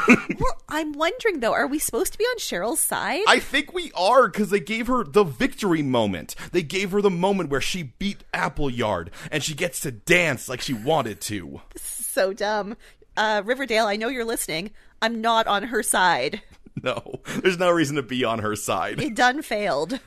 [SPEAKER 2] Well, I'm wondering though, are we supposed to be on Cheryl's side?
[SPEAKER 1] I think we are because they gave her the victory moment. They gave her the moment where she beat Appleyard, and she gets to dance like she wanted to.
[SPEAKER 2] so dumb. Uh, Riverdale, I know you're listening. I'm not on her side.
[SPEAKER 1] No, there's no reason to be on her side.
[SPEAKER 2] It done failed.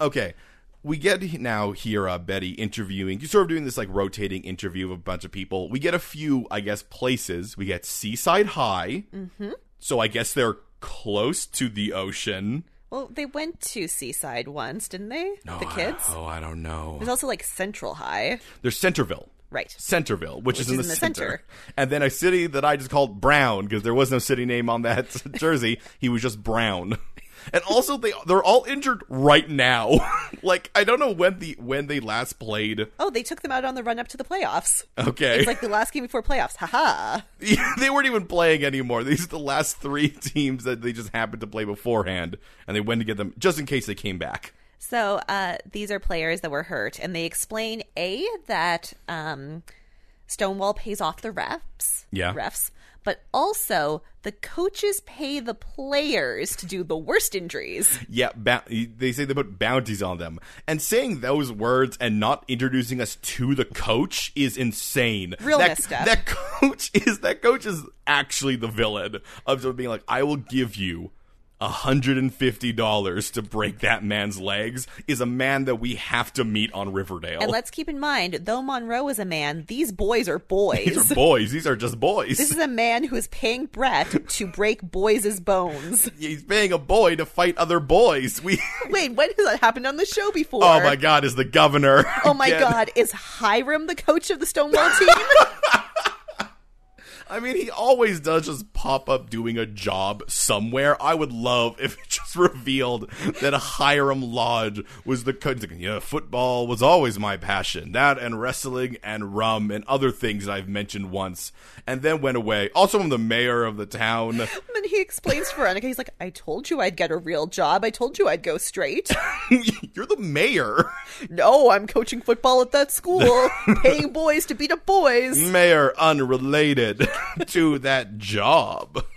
[SPEAKER 1] Okay. We get he- now here uh, Betty interviewing. You're sort of doing this like rotating interview of a bunch of people. We get a few, I guess, places. We get Seaside High. Mm-hmm. So I guess they're close to the ocean.
[SPEAKER 2] Well, they went to Seaside once, didn't they? the kids.
[SPEAKER 1] oh, I don't know.
[SPEAKER 2] There's also like Central High,
[SPEAKER 1] There's Centerville.
[SPEAKER 2] right?
[SPEAKER 1] Centerville, which, is, in the, center.
[SPEAKER 2] center.
[SPEAKER 1] And then a city that I just called Brown because there was no city name on that jersey. He was just Brown. And also they they're all injured right now. like I don't know when the when they last played.
[SPEAKER 2] Oh, they took them out on the run up to the playoffs.
[SPEAKER 1] Okay.
[SPEAKER 2] It's like the last game before playoffs. Haha.
[SPEAKER 1] they weren't even playing anymore. These are the last three teams that they just happened to play beforehand, and they went to get them just in case they came back.
[SPEAKER 2] So uh, these are players that were hurt, and they explain a that um, Stonewall pays off the refs.
[SPEAKER 1] Yeah.
[SPEAKER 2] Refs. But also, the coaches pay the players to do the worst injuries.
[SPEAKER 1] Yeah, bou- they say they put bounties on them. And saying those words and not introducing us to the coach is insane.
[SPEAKER 2] Real
[SPEAKER 1] that,
[SPEAKER 2] messed up.
[SPEAKER 1] That coach is that coach is actually the villain of just being like, I will give you $150 to break that man's legs is a man that we have to meet on Riverdale.
[SPEAKER 2] And let's keep in mind, though Monroe is a man, these boys are boys.
[SPEAKER 1] These are boys. These are just
[SPEAKER 2] this
[SPEAKER 1] boys.
[SPEAKER 2] is a man who is paying Brett to break boys' bones.
[SPEAKER 1] He's paying a boy to fight other boys. We
[SPEAKER 2] Wait, when has that happened on the show before?
[SPEAKER 1] Oh my god, is the governor.
[SPEAKER 2] Oh my
[SPEAKER 1] again.
[SPEAKER 2] god, is Hiram the coach of the Stonewall team?
[SPEAKER 1] I mean, he always does just pop up doing a job somewhere. I would love if it just revealed that Hiram Lodge was the coach. Like, Yeah, football was always my passion. That and wrestling and rum and other things that I've mentioned once. And then went away. Also, I'm the mayor of the town.
[SPEAKER 2] and he explains to Veronica, he's like, I told you I'd get a real job. I told you I'd go straight.
[SPEAKER 1] You're the mayor.
[SPEAKER 2] no, I'm coaching football at that school, paying boys to beat up boys.
[SPEAKER 1] Mayor unrelated to that job.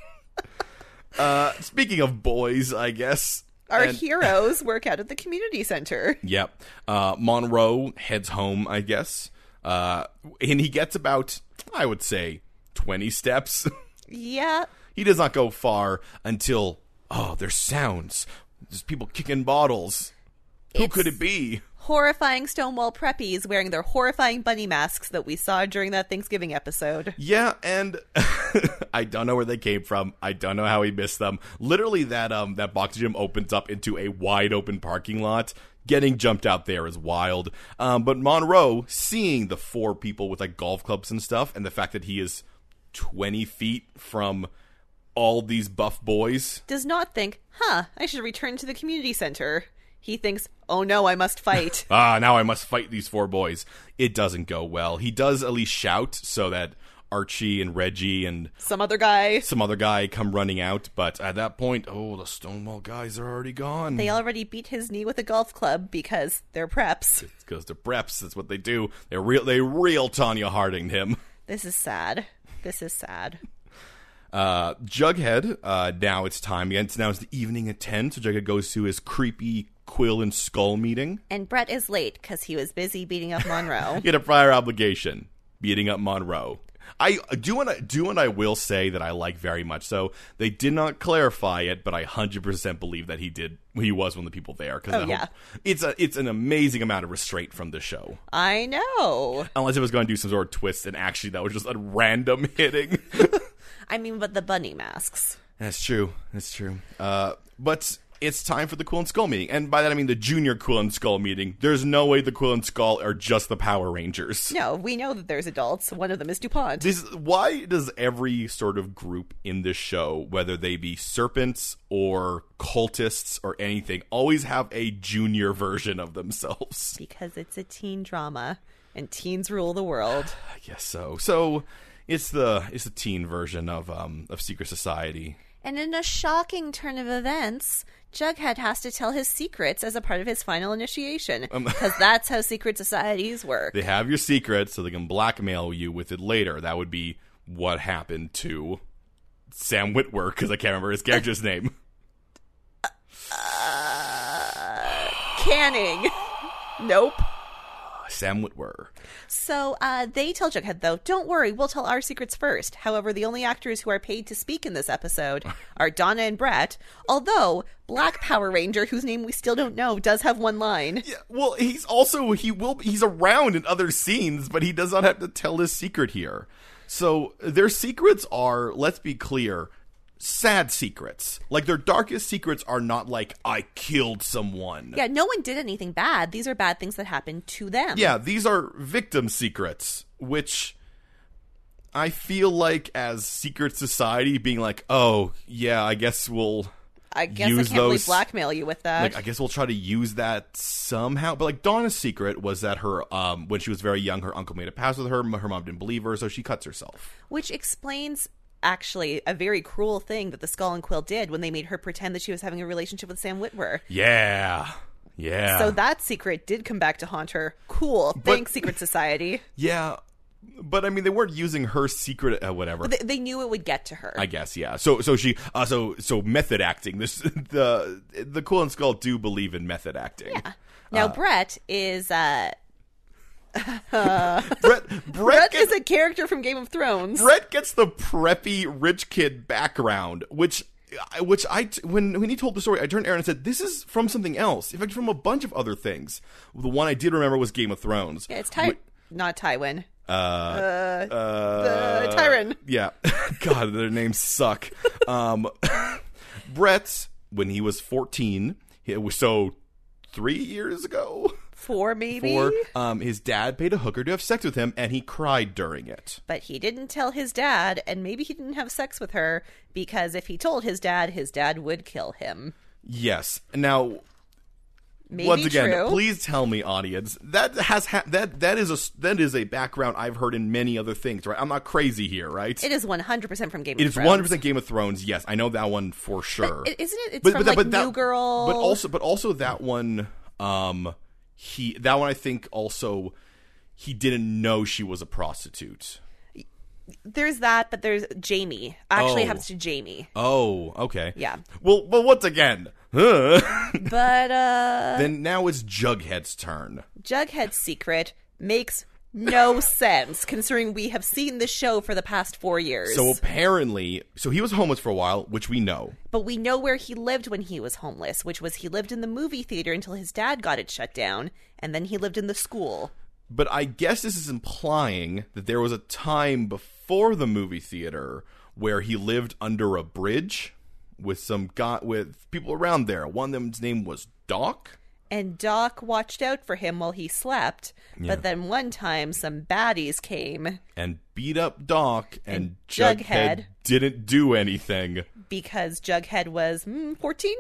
[SPEAKER 1] Uh, speaking of boys, I guess.
[SPEAKER 2] Our
[SPEAKER 1] and-
[SPEAKER 2] heroes work out at the community center.
[SPEAKER 1] Yep. Uh, Monroe heads home, I guess. Uh, and he gets about, I would say, 20 steps.
[SPEAKER 2] Yeah.
[SPEAKER 1] he does not go far until, oh, there's sounds. There's people kicking bottles. Who could it be?
[SPEAKER 2] Horrifying Stonewall preppies wearing their horrifying bunny masks that we saw during that Thanksgiving episode.
[SPEAKER 1] Yeah, and I don't know where they came from. I don't know how he missed them. Literally, that um that box gym opens up into a wide open parking lot. Getting jumped out there is wild. Um, but Monroe, seeing the four people with like golf clubs and stuff, and the fact that he is twenty feet from all these buff boys,
[SPEAKER 2] Does not think, huh, I should return to the community center. He thinks, oh no, I must fight.
[SPEAKER 1] ah, now I must fight these four boys. It doesn't go well. He does at least shout so that Archie and Reggie and
[SPEAKER 2] Some other guy.
[SPEAKER 1] some other guy come running out, but at that point, oh, the Stonewall guys are already gone.
[SPEAKER 2] They already beat his knee with a golf club because they're preps.
[SPEAKER 1] Because they're preps, that's what they do. They real, they real Tanya Harding him.
[SPEAKER 2] This is sad. This is sad.
[SPEAKER 1] Uh, Jughead, uh, now it's time again. It's now it's the evening at ten, so Jughead goes to his creepy Quill and Skull meeting.
[SPEAKER 2] And Brett is late because he was busy beating up Monroe.
[SPEAKER 1] He had a prior obligation, beating up Monroe. I do and I do and I will say that I like very much. So they did not clarify it, but I hundred percent believe that he did. He was one of the people there because
[SPEAKER 2] yeah.
[SPEAKER 1] it's a it's an amazing amount of restraint from the show.
[SPEAKER 2] I know.
[SPEAKER 1] Unless it was going to do some sort of twist, and actually that was just a random hitting.
[SPEAKER 2] I mean, but the bunny masks.
[SPEAKER 1] That's true. That's true. Uh, but it's time for the Quill and Skull meeting, and by that I mean the Junior Quill and Skull meeting. There's no way the Quill and Skull are just the Power Rangers.
[SPEAKER 2] No, we know that there's adults. One of them is DuPont.
[SPEAKER 1] This why does every sort of group in this show, whether they be serpents or cultists or anything, always have a junior version of themselves?
[SPEAKER 2] because it's a teen drama and teens rule the world.
[SPEAKER 1] I guess so. So it's the it's the teen version of um of Secret Society.
[SPEAKER 2] And in a shocking turn of events, Jughead has to tell his secrets as a part of his final initiation because that's how secret societies work.
[SPEAKER 1] They have your secret so they can blackmail you with it later. That would be what happened to Sam Whitworth because I can't remember his character's name.
[SPEAKER 2] Canning. nope.
[SPEAKER 1] Sam Whitwer.
[SPEAKER 2] So uh, they tell Jughead, though, don't worry, we'll tell our secrets first. However, the only actors who are paid to speak in this episode are Donna and Brett, although Black Power Ranger, whose name we still don't know, does have one line.
[SPEAKER 1] Yeah, well, he's also he will he's around in other scenes, but he does not have to tell his secret here. So their secrets are, let's be clear, sad secrets. Like their darkest secrets are not like I killed someone.
[SPEAKER 2] Yeah, no one did anything bad. These are bad things that happened to them.
[SPEAKER 1] Yeah, these are victim secrets, which I feel like as secret society being like, "Oh, yeah, I guess we'll
[SPEAKER 2] I guess
[SPEAKER 1] use
[SPEAKER 2] I can't really
[SPEAKER 1] those-
[SPEAKER 2] blackmail you with that.
[SPEAKER 1] like I guess we'll try to use that somehow. But like Donna's secret was that her um when she was very young, her uncle made a pass with her. Her mom didn't believe her, so she cuts herself.
[SPEAKER 2] Which explains actually a very cruel thing that the Skull and Quill did when they made her pretend that she was having a relationship with Sam Witwer.
[SPEAKER 1] Yeah, yeah,
[SPEAKER 2] So that secret did come back to haunt her. Cool. Thanks, Secret Society.
[SPEAKER 1] yeah. But I mean, they weren't using her secret, uh, whatever.
[SPEAKER 2] They, they knew it would get to her.
[SPEAKER 1] I guess, yeah. So, so she, uh, so, so method acting. This, the, the Cool and Skull do believe in method acting.
[SPEAKER 2] Yeah. Now
[SPEAKER 1] Uh,
[SPEAKER 2] Brett is uh,
[SPEAKER 1] Brett, Brett,
[SPEAKER 2] Brett
[SPEAKER 1] gets,
[SPEAKER 2] is a character from Game of Thrones.
[SPEAKER 1] Brett gets the preppy rich kid background, which, I- which I, t- when when he told the story, I turned to Aaron and said, "This is from something else. In fact, from a bunch of other things. The one I did remember was Game of Thrones.
[SPEAKER 2] yeah, it's Ty, not Tywin. Uh,
[SPEAKER 1] Uh,
[SPEAKER 2] Tyron.
[SPEAKER 1] Yeah. God, their names suck. Um, Brett, when he was 14, he- it was so three years ago,
[SPEAKER 2] Four maybe.
[SPEAKER 1] four, um, his dad paid a hooker to have sex with him, and he cried during it.
[SPEAKER 2] But he didn't tell his dad, and maybe he didn't have sex with her because if he told his dad, his dad would kill him.
[SPEAKER 1] Yes. Now,
[SPEAKER 2] Maybe
[SPEAKER 1] once again,
[SPEAKER 2] true.
[SPEAKER 1] please tell me, audience, that has ha- that that is a s- that is a background I've heard in many other things. Right? I'm not crazy here, right?
[SPEAKER 2] It is one hundred percent from Game
[SPEAKER 1] It
[SPEAKER 2] of
[SPEAKER 1] is
[SPEAKER 2] Thrones.
[SPEAKER 1] 100% Game of Thrones. Yes, I know that one for sure.
[SPEAKER 2] It, isn't it? It's
[SPEAKER 1] but,
[SPEAKER 2] from
[SPEAKER 1] but, that-
[SPEAKER 2] like
[SPEAKER 1] but that,
[SPEAKER 2] New Girl.
[SPEAKER 1] But also, but also that one, um, he that one I think also he didn't know she was a prostitute.
[SPEAKER 2] there's that, but there's Jamie. Actually,
[SPEAKER 1] Oh.
[SPEAKER 2] it happens to Jamie.
[SPEAKER 1] Oh, okay,
[SPEAKER 2] Yeah.
[SPEAKER 1] Well, but once again, huh?
[SPEAKER 2] But uh
[SPEAKER 1] then now it's Jughead's turn.
[SPEAKER 2] Jughead's secret makes no sense considering we have seen the show for the past four years.
[SPEAKER 1] So apparently, so he was homeless for a while, which we know.
[SPEAKER 2] but we know where he lived when he was homeless, which was he lived in the movie theater until his dad got it shut down, and then he lived in the school.
[SPEAKER 1] But I guess this is implying that there was a time before the movie theater where he lived under a bridge with some guy with people around there. One of them's name was Doc.
[SPEAKER 2] And Doc watched out for him while he slept. But then one time some baddies came
[SPEAKER 1] and beat up Doc, and,
[SPEAKER 2] Jughead.
[SPEAKER 1] Jughead. didn't do anything.
[SPEAKER 2] because Jughead was mm, 14.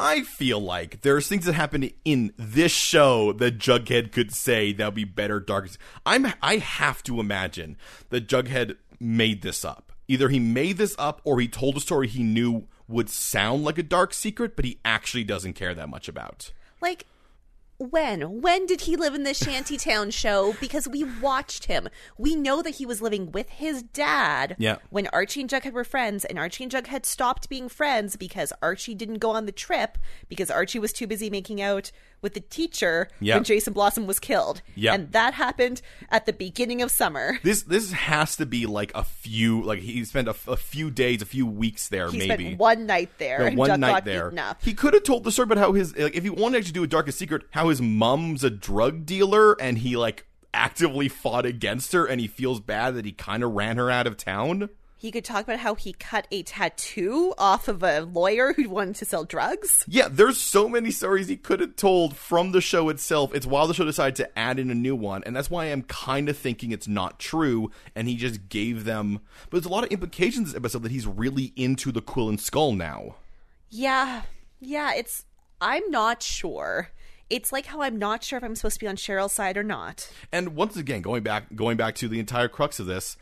[SPEAKER 1] I feel like there's things that happened in this show that Jughead could say that would be better. Dark. I'm. I have to imagine that Jughead made this up. Either he made this up, or he told a story he knew would sound like a dark secret, but he actually doesn't care that much about.
[SPEAKER 2] Like, when? When did he live in the shantytown show? Because we watched him. We know that he was living with his dad
[SPEAKER 1] Yeah.
[SPEAKER 2] when Archie and Jughead were friends, and Archie and Jughead stopped being friends because Archie didn't go on the trip because Archie was too busy making out with the teacher
[SPEAKER 1] Yeah.
[SPEAKER 2] when Jason Blossom was killed.
[SPEAKER 1] Yeah.
[SPEAKER 2] And that happened at the beginning of summer.
[SPEAKER 1] This this has to be like a few. Like he spent a, f- a few days, a few weeks there,
[SPEAKER 2] He
[SPEAKER 1] maybe
[SPEAKER 2] spent one night there.
[SPEAKER 1] that
[SPEAKER 2] and
[SPEAKER 1] one
[SPEAKER 2] Doug
[SPEAKER 1] night
[SPEAKER 2] got
[SPEAKER 1] there.
[SPEAKER 2] beaten up.
[SPEAKER 1] He could have told the story about how his like if he wanted to actually do a darkest secret, how his mom's a drug dealer and he like actively fought against her and he feels bad that he kind of ran her out of town.
[SPEAKER 2] He could talk about how he cut a tattoo off of a lawyer who wanted to sell drugs.
[SPEAKER 1] Yeah, there's so many stories he could have told from the show itself. It's why the show decided to add in a new one, and that's why I'm kind of thinking it's not true. And he just gave them, but there's a lot of implications in this episode that he's really into the Quill and Skull now.
[SPEAKER 2] Yeah. Yeah, it's I'm not sure. It's like how I'm not sure if I'm supposed to be on Cheryl's side or not.
[SPEAKER 1] And once again, going back going back to the entire crux of this,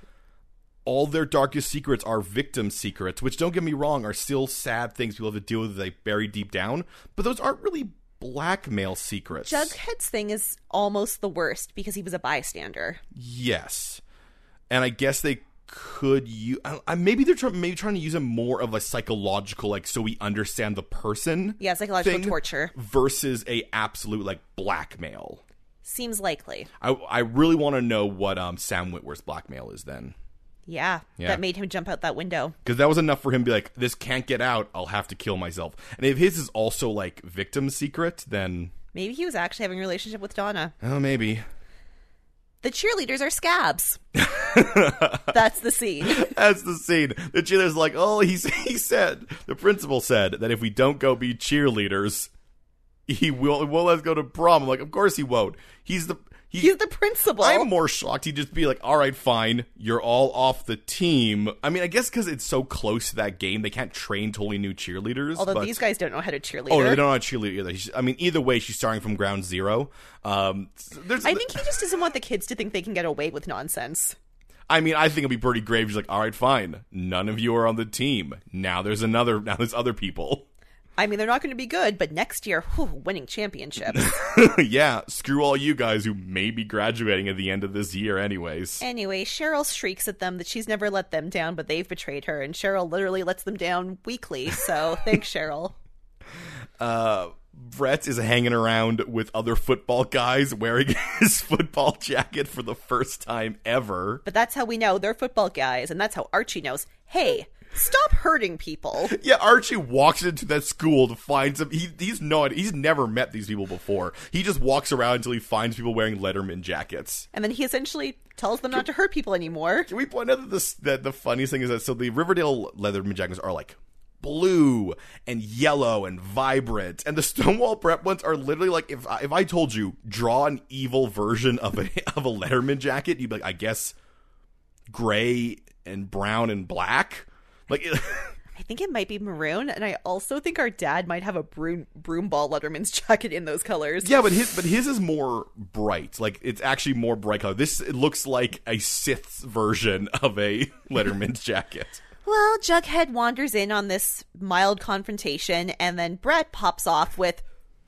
[SPEAKER 1] all their darkest secrets are victim secrets, which don't get me wrong, are still sad things people have to deal with that they bury deep down, but those aren't really blackmail secrets.
[SPEAKER 2] Jughead's thing is almost the worst because he was a bystander.
[SPEAKER 1] yes. And I guess they could you I, I, maybe they're try, maybe trying to use it more of a psychological like so we understand the person
[SPEAKER 2] Yeah, psychological
[SPEAKER 1] thing
[SPEAKER 2] torture.
[SPEAKER 1] versus a absolute like blackmail.
[SPEAKER 2] Seems likely.
[SPEAKER 1] I I really want to know what um Sam Whitworth's blackmail is then.
[SPEAKER 2] Yeah,
[SPEAKER 1] Yeah.
[SPEAKER 2] That made him jump out that window.
[SPEAKER 1] because that was enough for him to be like, "This can't get out. I'll have to kill myself." And if his is also like victim secret, then
[SPEAKER 2] Maybe he was actually having a relationship with Donna.
[SPEAKER 1] oh, maybe.
[SPEAKER 2] The cheerleaders are scabs. That's the scene.
[SPEAKER 1] That's the scene. The cheerleader's like, "Oh, he he said the principal said that if we don't go be cheerleaders, he will won't let us go to prom." I'm like, "Of course he won't. He's the he."
[SPEAKER 2] He's the principal.
[SPEAKER 1] I'm more shocked he'd just be like, all right, fine, you're all off the team. I mean, I guess because it's so close to that game, they can't train totally new cheerleaders.
[SPEAKER 2] Although
[SPEAKER 1] but-
[SPEAKER 2] these guys don't know how to cheerleader.
[SPEAKER 1] Oh, no, they don't want cheerleader either. She's- I mean, either way, she's starting from ground zero. Um, s- there's,
[SPEAKER 2] I think he just doesn't want the kids to think they can get away with nonsense.
[SPEAKER 1] I mean, I think it'd be pretty grave. She's like, all right, fine. None of you are on the team. Now there's another. Now there's other people.
[SPEAKER 2] I mean, they're not going to be good, but next year, whew, winning championships.
[SPEAKER 1] yeah, screw all you guys who may be graduating at the end of this year, anyways.
[SPEAKER 2] anyway, Cheryl shrieks at them that she's never let them down, but they've betrayed her, and Cheryl literally lets them down weekly. So thanks, Cheryl.
[SPEAKER 1] Uh, Brett is hanging around with other football guys wearing his football jacket for the first time ever.
[SPEAKER 2] But that's how we know they're football guys, and that's how Archie knows. Hey, stop hurting people.
[SPEAKER 1] Yeah, Archie walks into that school to find some. He, he's not. He's never met these people before. He just walks around until he finds people wearing Letterman jackets.
[SPEAKER 2] And then he essentially tells them not to hurt people anymore.
[SPEAKER 1] Can we point out that, this, that the funniest thing is that so the Riverdale Leatherman jackets are like blue and yellow and vibrant, and the Stonewall Prep ones are literally like if I, if I told you draw an evil version of a of a Letterman jacket, you'd be like, I guess gray and brown and black. Like it,
[SPEAKER 2] I think it might be maroon, and I also think our dad might have a broom broomball Letterman's jacket in those colors.
[SPEAKER 1] yeah, but his but his is more bright. Like it's actually more bright color. This it looks like a Sith's version of a Letterman's jacket.
[SPEAKER 2] Well, Jughead wanders in on this mild confrontation, and then Brett pops off with,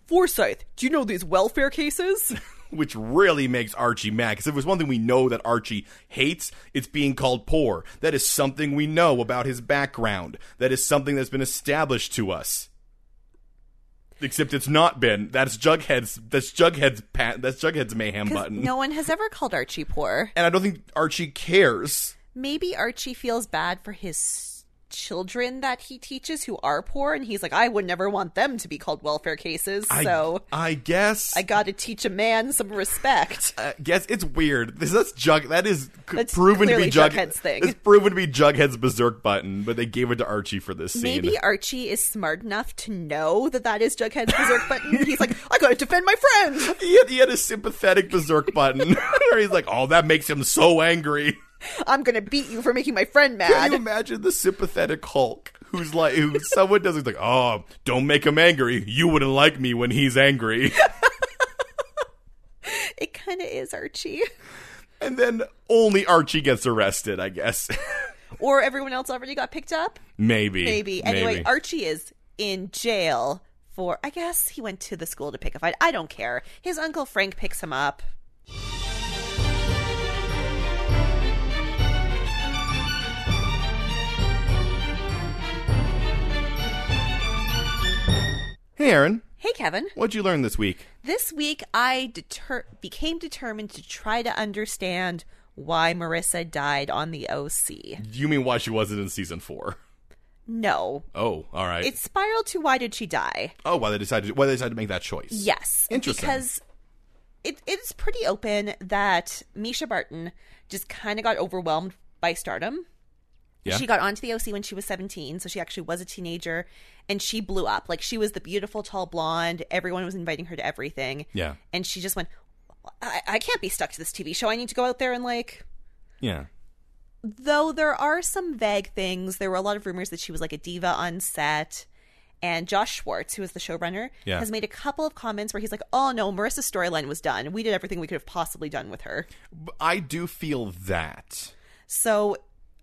[SPEAKER 2] "Forsyth, do you know these welfare cases?"
[SPEAKER 1] which really makes Archie mad. Because if there's one thing we know that Archie hates, it's being called poor. That is something we know about his background. That is something that's been established to us. Except it's not been. That's Jughead's. That's Jughead's. Pa- that's Jughead's mayhem
[SPEAKER 2] 'Cause
[SPEAKER 1] button.
[SPEAKER 2] no one has ever called Archie poor.
[SPEAKER 1] And I don't think Archie cares.
[SPEAKER 2] Maybe Archie feels bad for his children that he teaches who are poor, and he's like, "I would never want them to be called welfare cases." so.
[SPEAKER 1] I, I guess.
[SPEAKER 2] I got to teach a man some respect.
[SPEAKER 1] I guess it's weird. This that's jug. That is c-
[SPEAKER 2] That's
[SPEAKER 1] proven to be
[SPEAKER 2] clearly
[SPEAKER 1] Jug-
[SPEAKER 2] Jughead's thing.
[SPEAKER 1] It's proven to be Jughead's berserk button, but they gave it to Archie for this scene.
[SPEAKER 2] Maybe Archie is smart enough to know that that is Jughead's berserk button. He's like, I gotta defend my friend.
[SPEAKER 1] He had, he had a sympathetic berserk button where he's like, oh, that makes him so angry.
[SPEAKER 2] I'm gonna beat you for making my friend
[SPEAKER 1] Can you
[SPEAKER 2] mad.
[SPEAKER 1] imagine the sympathetic Hulk who's like, who someone does, he's like, oh, don't make him angry. You wouldn't like me when he's angry.
[SPEAKER 2] It kind of is Archie,
[SPEAKER 1] And then only Archie gets arrested, I guess.
[SPEAKER 2] or everyone else already got picked up.
[SPEAKER 1] Maybe.
[SPEAKER 2] Maybe. Anyway,
[SPEAKER 1] Maybe.
[SPEAKER 2] Archie is in jail for. I guess he went to the school to pick a fight. I don't care. His uncle Frank picks him up.
[SPEAKER 1] hey, Aaron,
[SPEAKER 2] Hey, Kevin.
[SPEAKER 1] what'd you learn this week?
[SPEAKER 2] This week, I deter- became determined to try to understand why Marissa died on the OC.
[SPEAKER 1] You mean why she wasn't in season four?
[SPEAKER 2] No,
[SPEAKER 1] Oh, all right.
[SPEAKER 2] it spiraled to why did she die?
[SPEAKER 1] oh, why they decided why they decided to make that choice?
[SPEAKER 2] Yes,
[SPEAKER 1] Interesting.
[SPEAKER 2] Because it it's pretty open that Misha Barton just kind of got overwhelmed by stardom.
[SPEAKER 1] Yeah.
[SPEAKER 2] She got onto the OC when she was 17, so she actually was a teenager and she blew up. Like she was the beautiful tall blonde, everyone was inviting her to everything.
[SPEAKER 1] Yeah.
[SPEAKER 2] And she just went I, I can't be stuck to this TV show. I need to go out there and like
[SPEAKER 1] Yeah.
[SPEAKER 2] though there are some vague things, there were a lot of rumors that she was like a diva on set. And Josh Schwartz, who is the showrunner,
[SPEAKER 1] Yeah.
[SPEAKER 2] has made a couple of comments where he's like, "Oh no, Marissa's storyline was done. We did everything we could have possibly done with her."
[SPEAKER 1] But I do feel that.
[SPEAKER 2] So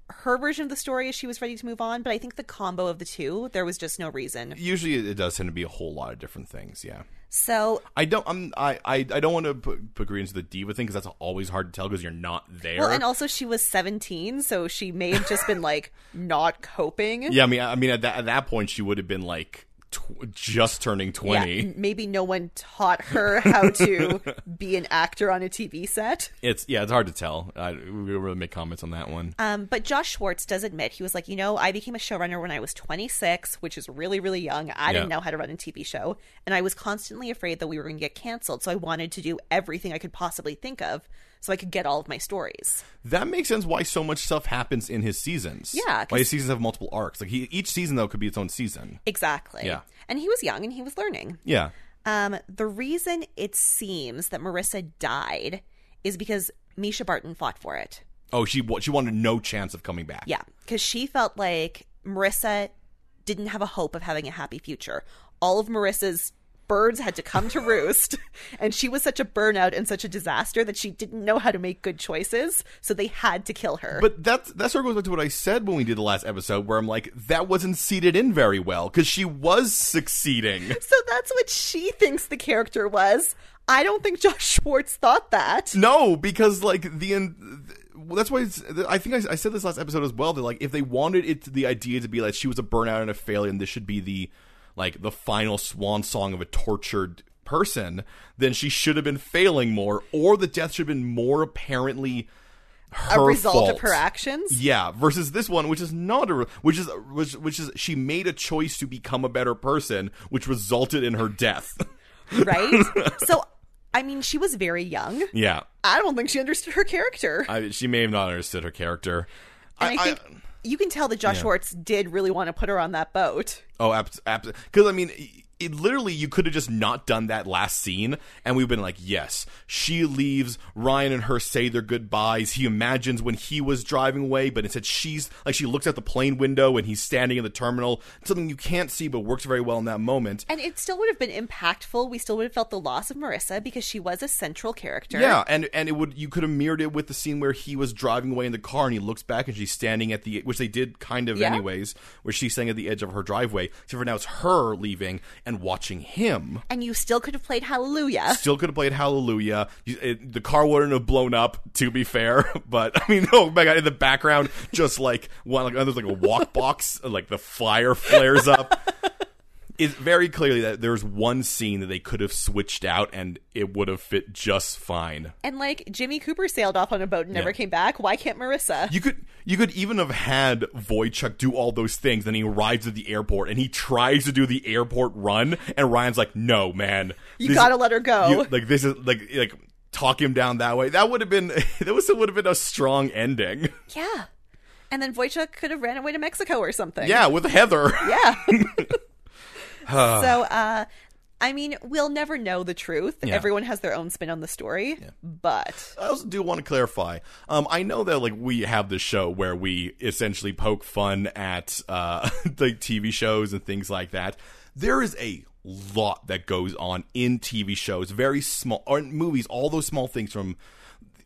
[SPEAKER 2] her version of the story is she was ready to move on, but I think the combo of the two, there was just no reason.
[SPEAKER 1] Usually it does tend to be a whole lot of different things, yeah.
[SPEAKER 2] So
[SPEAKER 1] I don't. I'm. I. I, I don't want to put, put Green into the diva thing because that's always hard to tell because you're not there.
[SPEAKER 2] well, and also she was seventeen, so she may have just been like not coping.
[SPEAKER 1] yeah, I mean, I mean, at that at that point, she would have been like tw- just turning twenty.
[SPEAKER 2] Yeah, maybe no one taught her how to be an actor on a TV set.
[SPEAKER 1] It's yeah, it's hard to tell. I, we don't really make comments on that one.
[SPEAKER 2] Um, but Josh Schwartz does admit he was like, you know, I became a showrunner when I was 26, which is really, really young. I didn't
[SPEAKER 1] Yeah.
[SPEAKER 2] know how to run a TV show, and I was constantly afraid that we were going to get canceled. So I wanted to do everything I could possibly think of so I could get all of my stories.
[SPEAKER 1] That makes sense. Why so much stuff happens in his seasons?
[SPEAKER 2] Yeah, 'cause-
[SPEAKER 1] why his seasons have multiple arcs. Like he, each season though could be its own season.
[SPEAKER 2] Exactly.
[SPEAKER 1] Yeah.
[SPEAKER 2] And he was young and he was learning.
[SPEAKER 1] Yeah,
[SPEAKER 2] Um, the reason it seems that Marissa died is because Misha Barton fought for it.
[SPEAKER 1] Oh, she wa- she wanted no chance of coming back.
[SPEAKER 2] Yeah, because she felt like Marissa didn't have a hope of having a happy future. All of Marissa's birds had to come to roost. And she was such a burnout and such a disaster that she didn't know how to make good choices. So they had to kill her.
[SPEAKER 1] But that that sort of goes back to what I said when we did the last episode, where I'm like, that wasn't seated in very well because she was succeeding.
[SPEAKER 2] so that's what she thinks the character was. I don't think Josh Schwartz thought that.
[SPEAKER 1] No, because like the end. Well, that's why it's, I think I, I said this last episode as well. That like if they wanted it, to, the idea to be like she was a burnout and a failure, and this should be the like the final swan song of a tortured person, then she should have been failing more, or the death should have been more apparently her
[SPEAKER 2] a result
[SPEAKER 1] fault.
[SPEAKER 2] of her actions.
[SPEAKER 1] Yeah, versus this one, which is not a, re- which is which, which is she made a choice to become a better person, which resulted in her death.
[SPEAKER 2] right? so, I mean, she was very young.
[SPEAKER 1] yeah,
[SPEAKER 2] I don't think she understood her character.
[SPEAKER 1] I, she may have not understood her character.
[SPEAKER 2] and I, think you can tell that Josh Schwartz did really want to put her on that boat.
[SPEAKER 1] Oh, abs Because I mean, it, it literally you could have just not done that last scene, and we've been like, yes, she leaves. Ryan and her say their goodbyes. He imagines when he was driving away, but instead she's like she looks out the plane window and he's standing in the terminal. Something you can't see, but works very well in that moment.
[SPEAKER 2] And it still would have been impactful. We still would have felt the loss of Marissa because she was a central character.
[SPEAKER 1] Yeah, and and it would you could have mirrored it with the scene where he was driving away in the car and he looks back and she's standing at the which they did kind of
[SPEAKER 2] Yeah.
[SPEAKER 1] anyways, where she's standing at the edge of her driveway. Except for now, it's her leaving and watching him.
[SPEAKER 2] And you still could have played Hallelujah.
[SPEAKER 1] Still could have played Hallelujah. You- it- the car wouldn't have blown up, to be fair. But I mean, oh my god, in the background, just like one like there's like a walk box, like the fire flares up. It's very clearly that there's one scene that they could have switched out and it would have fit just fine.
[SPEAKER 2] And like Jimmy Cooper sailed off on a boat and never
[SPEAKER 1] Yeah.
[SPEAKER 2] came back. Why can't Marissa?
[SPEAKER 1] You could you could even have had Voychuk do all those things, then he arrives at the airport and he tries to do the airport run, and Ryan's like, "No, man,
[SPEAKER 2] You gotta let her go."
[SPEAKER 1] you- like this is like like talk him down that way. That would have been that was would have been a strong ending.
[SPEAKER 2] yeah. And then Wojciech could have ran away to Mexico or something.
[SPEAKER 1] Yeah, with Heather.
[SPEAKER 2] Yeah. so, uh, I mean, we'll never know the truth.
[SPEAKER 1] Yeah.
[SPEAKER 2] Everyone has their own spin on the story, but
[SPEAKER 1] I also do want to clarify. Um, I know that like we have this show where we essentially poke fun at uh, like TV shows and things like that. There is a lot that goes on in TV shows, very small or in movies, all those small things from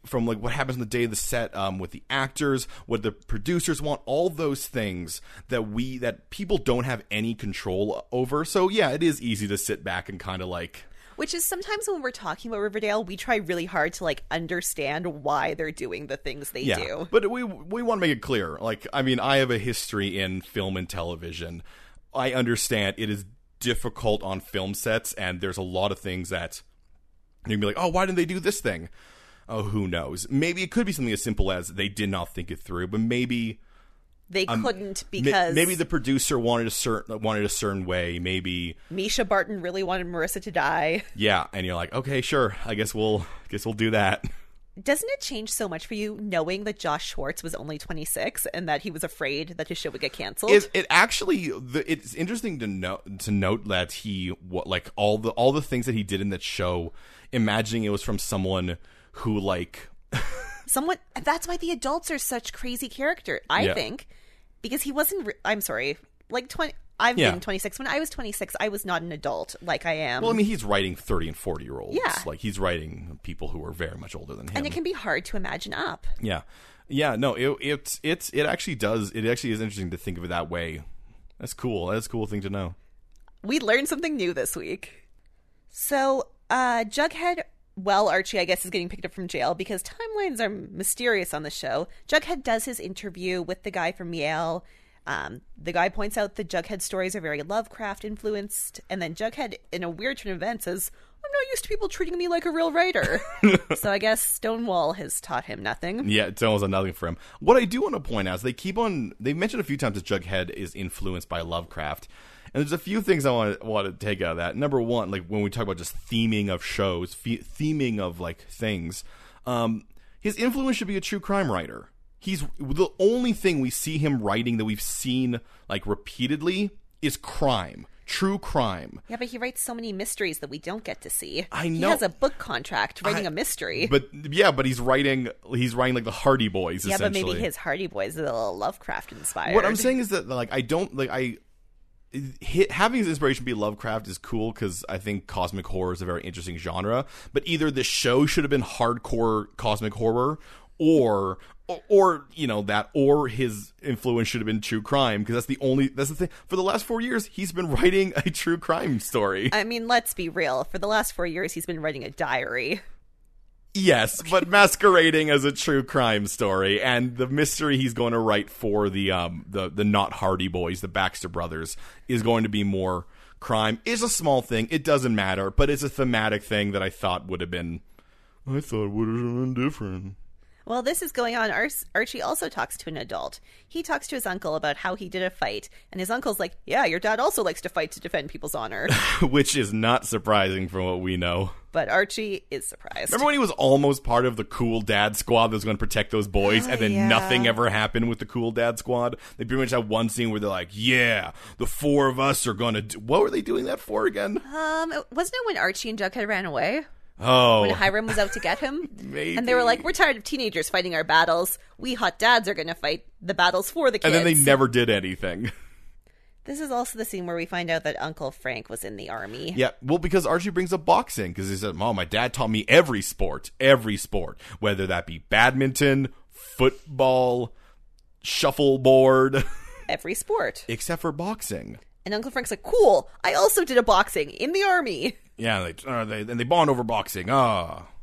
[SPEAKER 1] from like what happens on the day of the set um, with the actors, what the producers want, all those things that we that people don't have any control over. So yeah, it is easy to sit back and kind of like
[SPEAKER 2] which is sometimes when we're talking about Riverdale, we try really hard to like understand why they're doing the things they do.
[SPEAKER 1] But we we want to make it clear. Like, I mean, I have a history in film and television. I understand it is difficult on film sets, and there's a lot of things that you can be like, oh, why didn't they do this thing? Oh, who knows? Maybe it could be something as simple as they did not think it through, but maybe
[SPEAKER 2] They couldn't
[SPEAKER 1] ma-
[SPEAKER 2] because
[SPEAKER 1] Um, maybe the producer wanted a certain wanted a certain way. Maybe
[SPEAKER 2] Misha Barton really wanted Marissa to die.
[SPEAKER 1] yeah, and you're like, okay, sure, I guess we'll guess we'll do that.
[SPEAKER 2] Doesn't it change so much for you knowing that Josh Schwartz was only 26 and that he was afraid that his show would get canceled?
[SPEAKER 1] It, it actually the, it's interesting to note to note that he what like all the all the things that he did in that show, imagining it was from someone who like
[SPEAKER 2] Someone that's why the adults are such crazy character, I
[SPEAKER 1] Yeah.
[SPEAKER 2] think, because he wasn't re- I'm sorry, like 20 I've
[SPEAKER 1] Yeah.
[SPEAKER 2] been 26. When I was 26, I was not an adult like I am.
[SPEAKER 1] well I mean he's writing thirty and forty year olds
[SPEAKER 2] Yeah.
[SPEAKER 1] like he's writing people who are very much older than him
[SPEAKER 2] and it can be hard to imagine up.
[SPEAKER 1] yeah yeah no it it's it's it actually does it actually is interesting to think of it that way that's cool that's a cool thing to know
[SPEAKER 2] we learned something new this week. So, uh, Jughead, well, Archie, I guess, is getting picked up from jail because timelines are mysterious on the show. Jughead does his interview with the guy from Yale. Um, the guy points out the Jughead stories are very Lovecraft influenced, and then Jughead, in a weird turn of events, says, I'm not used to people treating me like a real writer. so I guess Stonewall has taught him nothing.
[SPEAKER 1] Yeah, it's almost nothing for him. What I do want to point out is they keep on they mentioned a few times that Jughead is influenced by Lovecraft. And there's a few things I want to, want to take out of that. Number one, like when we talk about just theming of shows, fe- theming of like things, um, his influence should be a true crime writer. He's the only thing we see him writing that we've seen like repeatedly is crime, true crime.
[SPEAKER 2] Yeah, but he writes so many mysteries that we don't get to see.
[SPEAKER 1] I
[SPEAKER 2] He
[SPEAKER 1] know.
[SPEAKER 2] has a book contract writing a mystery.
[SPEAKER 1] But yeah, but he's writing he's writing like the Hardy Boys.
[SPEAKER 2] Yeah, but
[SPEAKER 1] essentially.
[SPEAKER 2] maybe his Hardy Boys is a little Lovecraft inspired.
[SPEAKER 1] What I'm saying is that like I don't like I hi- having his inspiration be Lovecraft is cool because I think cosmic horror is a very interesting genre. But either the show should have been hardcore cosmic horror, or or, or you know that, or his influence should have been true crime because that's the only that's the thing. For the last four years, he's been writing a true crime story.
[SPEAKER 2] I mean, let's be real. For the last four years, he's been writing a diary.
[SPEAKER 1] yes, but masquerading as a true crime story, and the mystery he's going to write for the um the the not Hardy Boys, the Baxter Brothers, is going to be more crime. Is a small thing. It doesn't matter, but it's a thematic thing that I thought would have been. I thought would have been different.
[SPEAKER 2] Well, this is going on. Ar- Archie also talks to an adult. He talks to his uncle about how he did a fight, and his uncle's like, Yeah, your dad also likes to fight to defend people's honor.
[SPEAKER 1] Which is not surprising from what we know.
[SPEAKER 2] but Archie is surprised.
[SPEAKER 1] Remember when he was almost part of the cool dad squad that was going to protect those boys, and then
[SPEAKER 2] yeah.
[SPEAKER 1] nothing ever happened with the cool dad squad? They pretty much had one scene where they're like, "Yeah, the four of us are going to." Do- what were they doing that for again?
[SPEAKER 2] Um, wasn't it when Archie and Jughead ran away?
[SPEAKER 1] Oh,
[SPEAKER 2] Uh, When Hiram was out to get him?
[SPEAKER 1] Maybe.
[SPEAKER 2] And they were like, We're tired of teenagers fighting our battles. We hot dads are going to fight the battles for the kids.
[SPEAKER 1] and then they never did anything.
[SPEAKER 2] this is also the scene where we find out that Uncle Frank was in the army.
[SPEAKER 1] yeah, well, because Archie brings up boxing because he said, "Mom, my dad taught me every sport, every sport, whether that be badminton, football, shuffleboard,
[SPEAKER 2] Every sport.
[SPEAKER 1] except for boxing."
[SPEAKER 2] And Uncle Frank's like, Cool, I also did a boxing in the army.
[SPEAKER 1] Yeah, they, uh, they and they bond over boxing. Ah.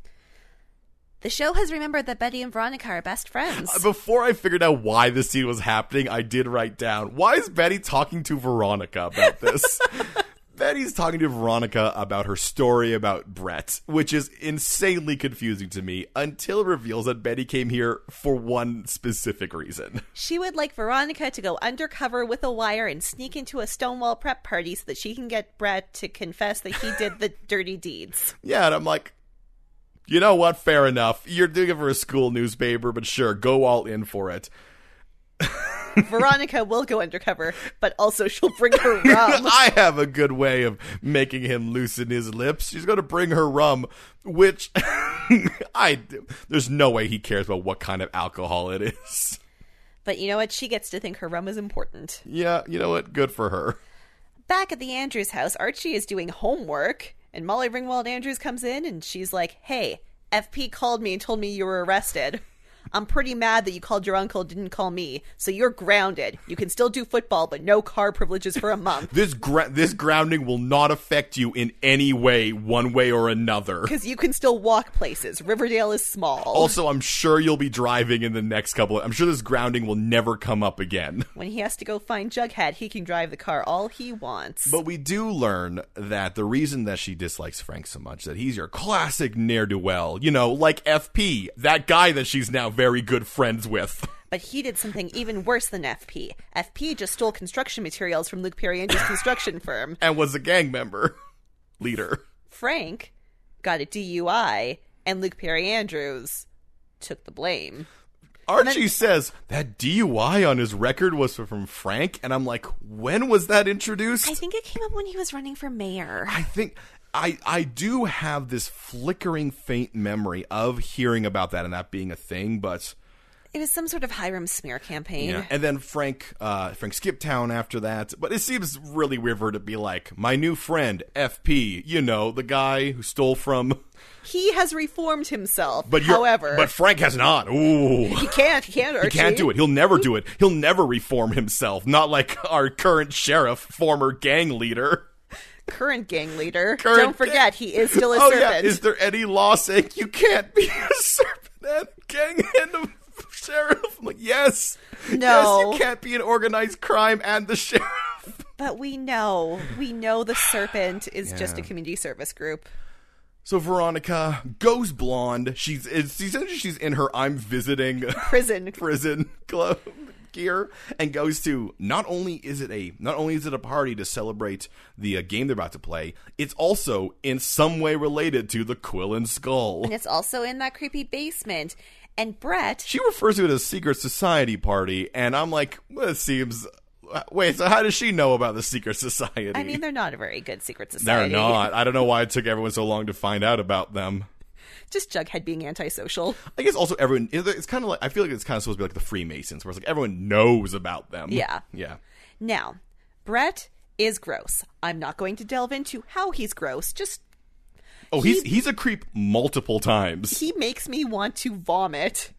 [SPEAKER 2] The show has remembered that Betty and Veronica are best friends.
[SPEAKER 1] Before I figured out why this scene was happening, I did write down why is Betty talking to Veronica about this? Betty's talking to Veronica about her story about Brett, which is insanely confusing to me until it reveals that Betty came here for one specific reason.
[SPEAKER 2] she would like Veronica to go undercover with a wire and sneak into a Stonewall prep party so that she can get Brett to confess that he did the dirty deeds.
[SPEAKER 1] Yeah, and I'm like, you know what? Fair enough. You're doing it for a school newspaper, but sure, go all in for it.
[SPEAKER 2] Veronica will go undercover, but also she'll bring her rum.
[SPEAKER 1] I have a good way of making him loosen his lips. She's going to bring her rum, which I there's no way he cares about what kind of alcohol it is.
[SPEAKER 2] But you know what? She gets to think her rum is important.
[SPEAKER 1] Yeah, you know what? Good for her.
[SPEAKER 2] Back at the Andrews house, Archie is doing homework, and Molly Ringwald Andrews comes in and she's like, Hey, FP called me and told me you were arrested. I'm pretty mad that you called your uncle, didn't call me. So you're grounded. You can still do football, but no car privileges for a month.
[SPEAKER 1] This gra- this grounding will not affect you in any way, one way or another.
[SPEAKER 2] Because you can still walk places. Riverdale is small.
[SPEAKER 1] Also, I'm sure you'll be driving in the next couple. Of- I'm sure this grounding will never come up again.
[SPEAKER 2] when he has to go find Jughead, he can drive the car all he wants.
[SPEAKER 1] But we do learn that the reason that she dislikes Frank so much that he's your classic ne'er do well, you know, like FP, that guy that she's now very good friends with.
[SPEAKER 2] But he did something even worse than FP. FP just stole construction materials from Luke Perriendi's construction firm.
[SPEAKER 1] and was a gang member leader.
[SPEAKER 2] Frank got a DUI, and Luke Perry Andrews took the blame.
[SPEAKER 1] Archie says that DUI on his record was from Frank, and I'm like, when was that introduced?
[SPEAKER 3] I think it came up when he was running for mayor.
[SPEAKER 1] I think I I do have this flickering faint memory of hearing about that and that being a thing, but
[SPEAKER 2] It was some sort of Hiram smear campaign.
[SPEAKER 1] Yeah. And then Frank, uh, Frank skipped town after that. But it seems really weird for her to be like, my new friend, FP, you know, the guy who stole from.
[SPEAKER 2] He has reformed himself.
[SPEAKER 1] But you're-
[SPEAKER 2] however,
[SPEAKER 1] But Frank has not. Ooh.
[SPEAKER 2] he can't. He can't.
[SPEAKER 1] He
[SPEAKER 2] Archie.
[SPEAKER 1] can't do it. He'll never do it. He'll never reform himself. Not like our current sheriff, former gang leader.
[SPEAKER 2] Current gang leader.
[SPEAKER 1] Current
[SPEAKER 2] Don't forget, he is still a
[SPEAKER 1] oh,
[SPEAKER 2] serpent.
[SPEAKER 1] yeah. Is there any law saying you can't be a serpent and gang and a sheriff? I'm like, yes.
[SPEAKER 2] No.
[SPEAKER 1] Yes, you can't be an organized crime and the sheriff.
[SPEAKER 2] But we know, we know the serpent is just a
[SPEAKER 1] Yeah.
[SPEAKER 2] community service group.
[SPEAKER 1] So Veronica goes blonde. She's it's, essentially she's in her I'm visiting
[SPEAKER 2] Prison.
[SPEAKER 1] prison club gear and goes to not only is it a not only is it a party to celebrate the uh, game they're about to play, it's also in some way related to the Quill and Skull.
[SPEAKER 2] And it's also in that creepy basement. And Brett,
[SPEAKER 1] She refers to it as secret society party, and I'm like, well, it seems. uh, Wait, so how does she know about the secret society?
[SPEAKER 2] I mean, they're not a very good secret
[SPEAKER 1] they're
[SPEAKER 2] society.
[SPEAKER 1] not. I don't know why it took everyone so long to find out about them.
[SPEAKER 2] Just Jughead being antisocial.
[SPEAKER 1] I guess also everyone. It's kind of like I feel like it's kind of supposed to be like the Freemasons, where it's like everyone knows about them.
[SPEAKER 2] Yeah.
[SPEAKER 1] yeah.
[SPEAKER 2] Now, Brett is gross. I'm not going to delve into how he's gross. Just
[SPEAKER 1] Oh, he's he's a creep multiple times.
[SPEAKER 2] he makes me want to vomit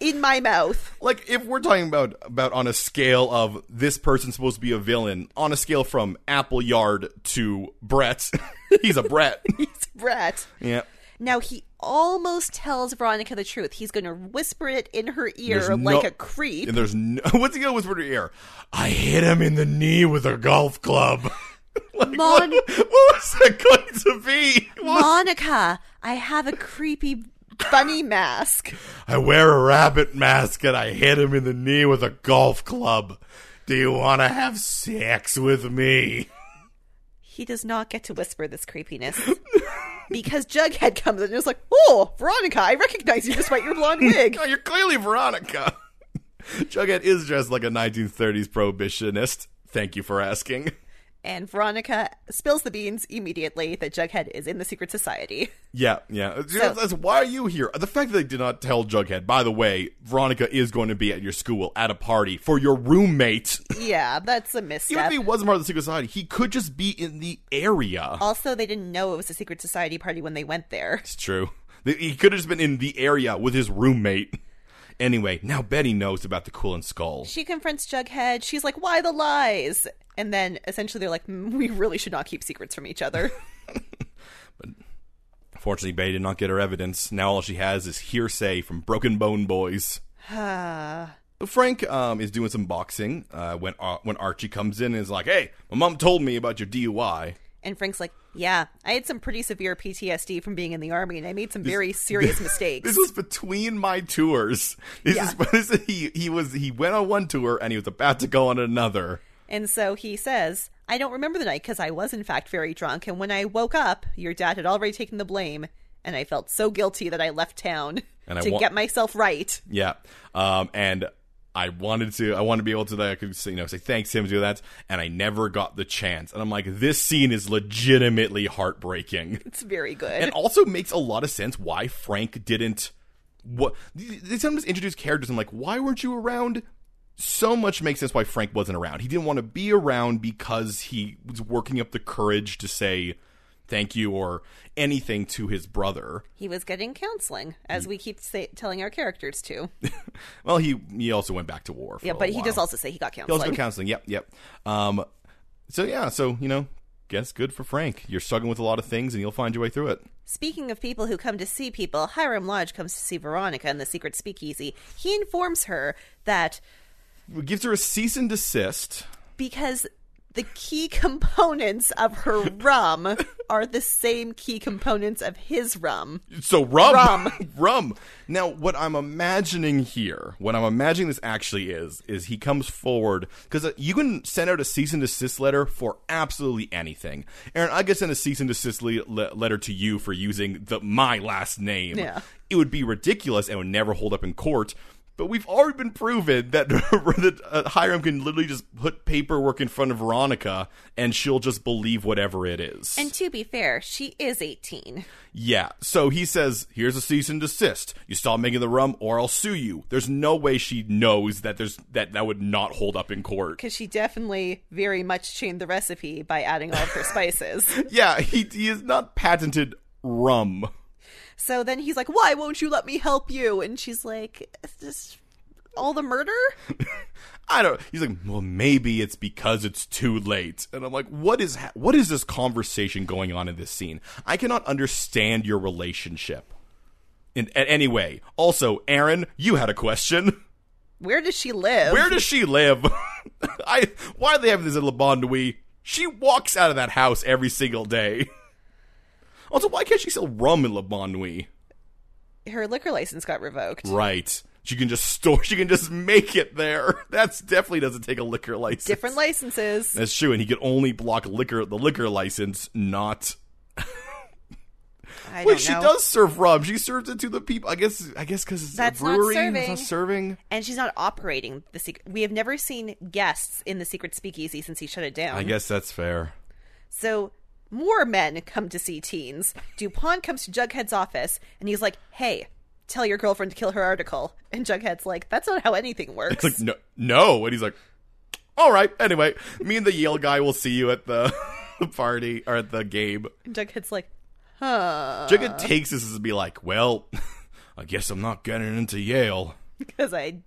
[SPEAKER 2] in my mouth.
[SPEAKER 1] Like if we're talking about about on a scale of this person's supposed to be a villain, on a scale from Appleyard to Brett, he's a Brett.
[SPEAKER 2] It's Brett.
[SPEAKER 1] yeah.
[SPEAKER 2] Now he almost tells Veronica the truth. He's going to whisper it in her ear
[SPEAKER 1] There's no-
[SPEAKER 2] like a creep.
[SPEAKER 1] And there's no what's he gonna whisper to your ear? I hit him in the knee with a golf club. like,
[SPEAKER 3] Mon-
[SPEAKER 1] what, what was that going to be? What-
[SPEAKER 2] Monica, I have a creepy bunny mask.
[SPEAKER 1] I wear a rabbit mask and I hit him in the knee with a golf club. Do you wanna have sex with me?
[SPEAKER 2] He does not get to whisper this creepiness because Jughead comes in and is like, "Oh, Veronica, I recognize you despite your blonde wig."
[SPEAKER 1] No, Oh, you're clearly Veronica. Jughead is dressed like a 1930s prohibitionist. Thank you for asking.
[SPEAKER 2] And Veronica spills the beans immediately that Jughead is in the secret society.
[SPEAKER 1] Yeah, yeah. You know, that's why are you here? The fact that they did not tell Jughead. By the way, Veronica is going to be at your school at a party for your roommate.
[SPEAKER 2] Yeah, that's a
[SPEAKER 1] Even
[SPEAKER 2] misstep.
[SPEAKER 1] if he wasn't part of the secret society, he could just be in the area.
[SPEAKER 2] also, they didn't know it was a secret society party when they went there.
[SPEAKER 1] It's true. Th- He could have just been in the area with his roommate. Anyway, now Betty knows about the Cool and Skull.
[SPEAKER 2] She confronts Jughead. She's like, "Why the lies?" And then essentially they're like, "Mm, "We really should not keep secrets from each other."
[SPEAKER 1] Fortunately, Betty did not get her evidence. Now all she has is hearsay from Broken Bone Boys. Frank um, is doing some boxing uh, when Ar- when Archie comes in and is like, "Hey, my mom told me about your DUI."
[SPEAKER 2] and Frank's like, "Yeah, I had some pretty severe PTSD from being in the army, and I made some very serious mistakes."
[SPEAKER 1] This was between my tours. This
[SPEAKER 2] Yeah.
[SPEAKER 1] is this, he he was he went on one tour and he was about to go on another.
[SPEAKER 2] And so he says, I don't remember the night because I was, in fact, very drunk. And when I woke up, your dad had already taken the blame. And I felt so guilty that I left town
[SPEAKER 1] And I
[SPEAKER 2] to
[SPEAKER 1] wa-
[SPEAKER 2] get myself right.
[SPEAKER 1] Yeah, um, and I wanted to I wanted to be able to like, I could say, you know say thanks to him to do that, and I never got the chance. And I'm like, this scene is legitimately heartbreaking.
[SPEAKER 2] It's very good.
[SPEAKER 1] and also makes a lot of sense why Frank didn't. What they sometimes introduce characters. I'm like, why weren't you around? So much makes sense why Frank wasn't around. He didn't want to be around because he was working up the courage to say thank you or anything to his brother.
[SPEAKER 2] he was getting counseling, as we keep say- telling our characters to.
[SPEAKER 1] Oh, Well, he he also went back to war. For
[SPEAKER 2] Yeah,
[SPEAKER 1] a
[SPEAKER 2] but he
[SPEAKER 1] while.
[SPEAKER 2] does also say he got
[SPEAKER 1] He also
[SPEAKER 2] counseling.
[SPEAKER 1] got counseling. Yep, yep. Um, so yeah, so you know, guess good for Frank. You're struggling with a lot of things, and you'll find your way through it.
[SPEAKER 2] Speaking of people who come to see people, Hiram Lodge comes to see Veronica in the secret speakeasy. He informs her that
[SPEAKER 1] Gives her a cease and desist.
[SPEAKER 2] because the key components of her rum are the same key components of his rum.
[SPEAKER 1] So rum,
[SPEAKER 2] Rum.
[SPEAKER 1] Rum. Now, what I'm imagining here, what I'm imagining this actually is, is he comes forward because you can send out a cease and desist letter for absolutely anything. Aaron, I could send a cease and desist le- le- letter to you for using the my last name.
[SPEAKER 2] Yeah.
[SPEAKER 1] It would be ridiculous and would never hold up in court. But we've already been proven that, that uh, Hiram can literally just put paperwork in front of Veronica and she'll just believe whatever it is.
[SPEAKER 2] And to be fair, she is 18.
[SPEAKER 1] Yeah. So he says, "Here's a cease and desist. You stop making the rum, or I'll sue you." There's no way she knows that there's that that would not hold up in court.
[SPEAKER 2] Because she definitely very much changed the recipe by adding all of her spices.
[SPEAKER 1] Yeah, he he is not patented rum.
[SPEAKER 2] so then he's like, Why won't you let me help you? And she's like, Is this all the murder?
[SPEAKER 1] I don't. He's like, well, maybe it's because it's too late. And I'm like, what is ha- what is this conversation going on in this scene? I cannot understand your relationship. In, in any way. Also, Aaron, you had a question.
[SPEAKER 2] Where does she live?
[SPEAKER 1] Where does she live? I why are they having this in La Bondouille? She walks out of that house every single day. Also, why can't she sell rum in La Bondouille?
[SPEAKER 2] her liquor license got revoked.
[SPEAKER 1] Right. She can just store she can just make it there. That's definitely doesn't take a liquor license.
[SPEAKER 2] Different licenses.
[SPEAKER 1] That's true, and he could only block liquor the liquor license, not
[SPEAKER 2] I
[SPEAKER 1] Wait,
[SPEAKER 2] don't
[SPEAKER 1] she
[SPEAKER 2] know.
[SPEAKER 1] does serve rum. She serves it to the people. I guess I guess because it's
[SPEAKER 2] That's
[SPEAKER 1] a
[SPEAKER 2] not
[SPEAKER 1] brewery.
[SPEAKER 2] serving.
[SPEAKER 1] It's not serving.
[SPEAKER 2] And she's not operating the secret. We have never seen guests in the secret speakeasy since he shut it down.
[SPEAKER 1] I guess that's fair.
[SPEAKER 2] So more men come to see teens. DuPont comes to Jughead's office and he's like, hey, tell your girlfriend to kill her article. And Jughead's like, that's not how anything
[SPEAKER 1] It's
[SPEAKER 2] works.
[SPEAKER 1] like no, no, and he's like, all right. Anyway, me and the Yale guy will see you at the, the party or at the game.
[SPEAKER 2] And Jughead's like, huh,
[SPEAKER 1] Jughead takes this and be like, well, I guess I'm not getting into Yale.
[SPEAKER 2] because I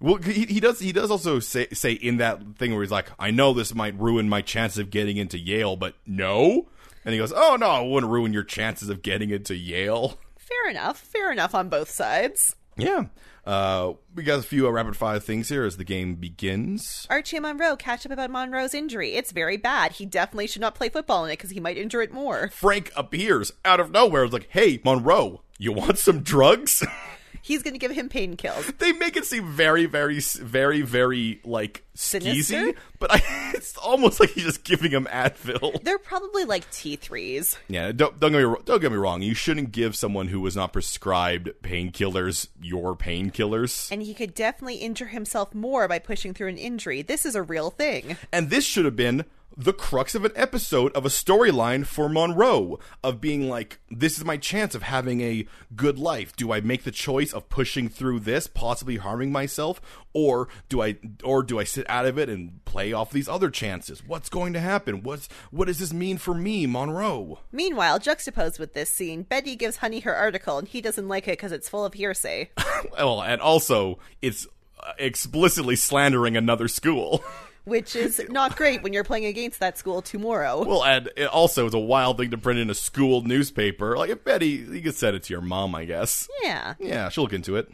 [SPEAKER 1] Well, he, he does. He does also say say in that thing where he's like, "I know this might ruin my chances of getting into Yale, but no." And he goes, "Oh no, I wouldn't ruin your chances of getting into Yale."
[SPEAKER 2] fair enough, fair enough on both sides.
[SPEAKER 1] Yeah, uh, we got a few uh, rapid fire things here as the game begins.
[SPEAKER 2] Archie and Monroe catch up about Monroe's injury. It's very bad. He definitely should not play football in it because he might injure it more.
[SPEAKER 1] Frank appears out of nowhere. It's like, "Hey, Monroe, you want some drugs?"
[SPEAKER 2] He's going to give him pain kills.
[SPEAKER 1] they make it seem very, very, s- very, very like
[SPEAKER 2] Sinister?
[SPEAKER 1] skeezy, but I, it's almost like he's just giving him Advil.
[SPEAKER 2] They're probably like T3s.
[SPEAKER 1] Yeah, don't don't get me don't get me wrong. You shouldn't give someone who was not prescribed painkillers your painkillers.
[SPEAKER 2] And he could definitely injure himself more by pushing through an injury. This is a real thing.
[SPEAKER 1] And this should have been the crux of an episode of a storyline for Monroe of being like, this is my chance of having a good life. Do I make the choice of pushing through this, possibly harming myself, or do I or do I sit out of it and play off these other chances? What's going to happen? What's what does this mean for me, Monroe?
[SPEAKER 2] Meanwhile, juxtaposed with this scene, Betty gives Honey her article, and he doesn't like it because it's full of hearsay.
[SPEAKER 1] Well, and also it's uh, explicitly slandering another school.
[SPEAKER 2] which is not great when you're playing against that school tomorrow.
[SPEAKER 1] Well, and it also is a wild thing to print in a school newspaper. Like, if Betty, you could send it to your mom, I guess.
[SPEAKER 2] yeah.
[SPEAKER 1] Yeah, she'll look into it.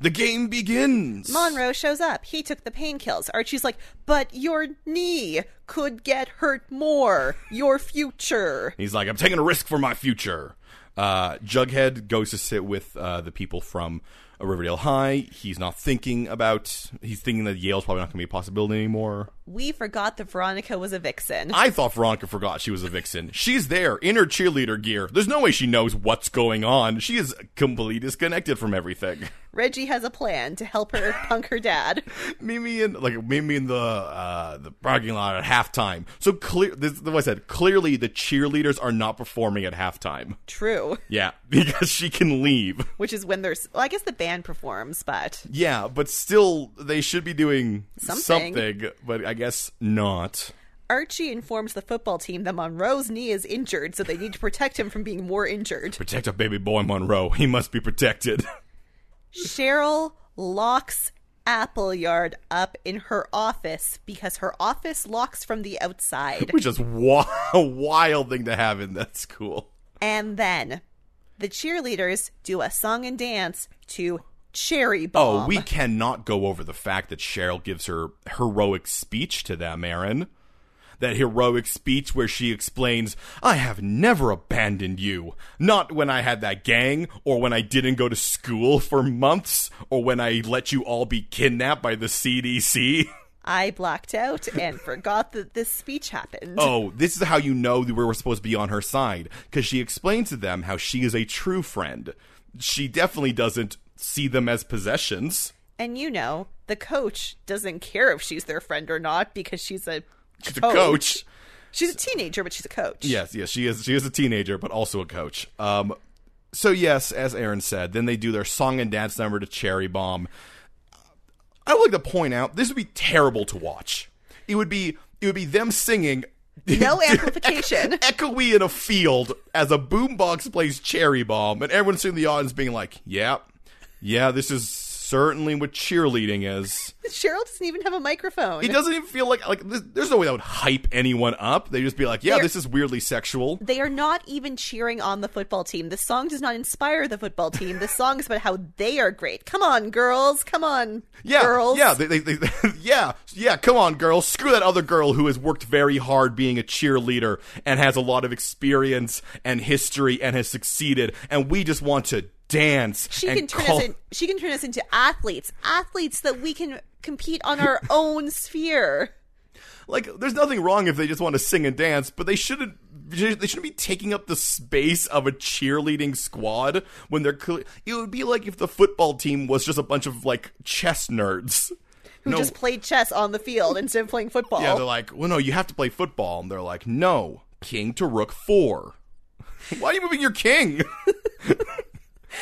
[SPEAKER 1] The game begins.
[SPEAKER 2] Monroe shows up. He took the pain kills. Archie's like, but your knee could get hurt more. Your future.
[SPEAKER 1] He's like, I'm taking a risk for my future. Uh, Jughead goes to sit with uh, the people from uh, Riverdale High. He's not thinking about. He's thinking that Yale's probably not going to be a possibility anymore.
[SPEAKER 2] We forgot that Veronica was a vixen.
[SPEAKER 1] I thought Veronica forgot she was a vixen. She's there in her cheerleader gear. There's no way she knows what's going on. She is completely disconnected from everything.
[SPEAKER 2] Reggie has a plan to help her punk her dad.
[SPEAKER 1] Mimi and like Mimi in the uh, the parking lot at halftime. So clear, this is what I said. Clearly, the cheerleaders are not performing at halftime.
[SPEAKER 2] True.
[SPEAKER 1] Yeah, because she can leave.
[SPEAKER 2] Which is when there's, well, I guess the band performs, but
[SPEAKER 1] Yeah, but still, they should be doing
[SPEAKER 2] Something.
[SPEAKER 1] something but I guess not.
[SPEAKER 2] Archie informs the football team that Monroe's knee is injured, so they need to protect him from being more injured.
[SPEAKER 1] Protect our baby boy Monroe. He must be protected.
[SPEAKER 2] Cheryl locks Appleyard up in her office because her office locks from the outside.
[SPEAKER 1] Which is wi- a wild thing to have in that school.
[SPEAKER 2] And then the cheerleaders do a song and dance to Cherry
[SPEAKER 1] Oh,
[SPEAKER 2] Bomb.
[SPEAKER 1] we cannot go over the fact that Cheryl gives her heroic speech to them, Aaron. That heroic speech where she explains, I have never abandoned you. Not when I had that gang, or when I didn't go to school for months, or when I let you all be kidnapped by the CDC.
[SPEAKER 2] I blacked out and forgot that this speech happened.
[SPEAKER 1] Oh, this is how you know that we were supposed to be on her side because she explains to them how she is a true friend. She definitely doesn't see them as possessions.
[SPEAKER 2] And you know, the coach doesn't care if she's their friend or not because she's a
[SPEAKER 1] She's a coach.
[SPEAKER 2] She's a teenager, but she's a coach.
[SPEAKER 1] Yes, yes, she is. She is a teenager, but also a coach. Um, so yes, as Aaron said, then they do their song and dance number to Cherry Bomb. I would like to point out this would be terrible to watch. It would be it would be them singing
[SPEAKER 2] No amplification.
[SPEAKER 1] echoey in a field as a boombox plays Cherry Bomb, and everyone's in the audience being like, "Yeah, yeah, this is certainly what cheerleading is."
[SPEAKER 2] Cheryl doesn't even have a microphone.
[SPEAKER 1] It doesn't even feel like like this, there's no way that would hype anyone up. They just be like, "Yeah,
[SPEAKER 2] They're-
[SPEAKER 1] this is weirdly sexual."
[SPEAKER 2] they are not even cheering on the football team. The song does not inspire the football team. The song is about how they are great. Come on, girls. Come on,
[SPEAKER 1] Yeah,
[SPEAKER 2] girls.
[SPEAKER 1] yeah, they, they, they, yeah, yeah. Come on, girl. Screw that other girl who has worked very hard being a cheerleader and has a lot of experience and history and has succeeded, and we just want to dance.
[SPEAKER 2] she
[SPEAKER 1] and
[SPEAKER 2] can turn
[SPEAKER 1] call-
[SPEAKER 2] us in, she can turn us into athletes, athletes that we can compete on our own sphere.
[SPEAKER 1] Like, there's nothing wrong if they just want to sing and dance, but they shouldn't. They shouldn't be taking up the space of a cheerleading squad when they're. Cle- it would be like if the football team was just a bunch of like chess nerds
[SPEAKER 2] Who
[SPEAKER 1] No.
[SPEAKER 2] just played chess on the field instead of playing football?
[SPEAKER 1] Yeah, they're like, well, no, you have to play football. And they're like, no, king to rook four. Why are you moving your king?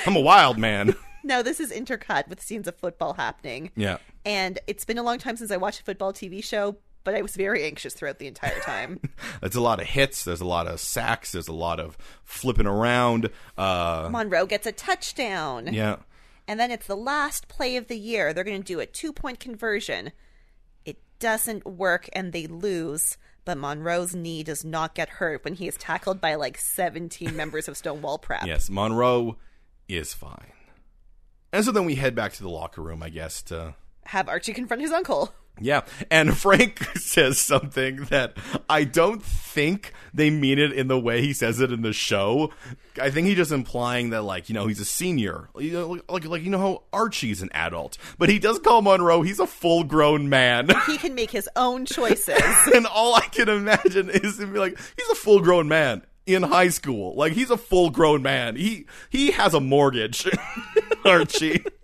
[SPEAKER 1] I'm a wild man.
[SPEAKER 2] No, this is intercut with scenes of football happening.
[SPEAKER 1] Yeah.
[SPEAKER 2] And it's been a long time since I watched a football TV show, but I was very anxious throughout the entire time.
[SPEAKER 1] There's a lot of hits. There's a lot of sacks. There's a lot of flipping around. Uh,
[SPEAKER 2] Monroe gets a touchdown.
[SPEAKER 1] yeah.
[SPEAKER 2] And then it's the last play of the year. They're going to do a two point conversion. It doesn't work and they lose. But Monroe's knee does not get hurt when he is tackled by like 17 members of Stonewall Prep.
[SPEAKER 1] Yes, Monroe is fine. And so then we head back to the locker room, I guess, to
[SPEAKER 2] Have Archie confront his uncle.
[SPEAKER 1] Yeah, and Frank says something that I don't think they mean it in the way he says it in the show. I think he's just implying that, like, you know, he's a senior, you know, like, like, like you know how Archie's an adult, but he does call Monroe he's a full grown man,
[SPEAKER 2] He can make his own choices.
[SPEAKER 1] and all I can imagine is him be like, he's a full grown man in high school, like he's a full grown man. He he has a mortgage, Archie.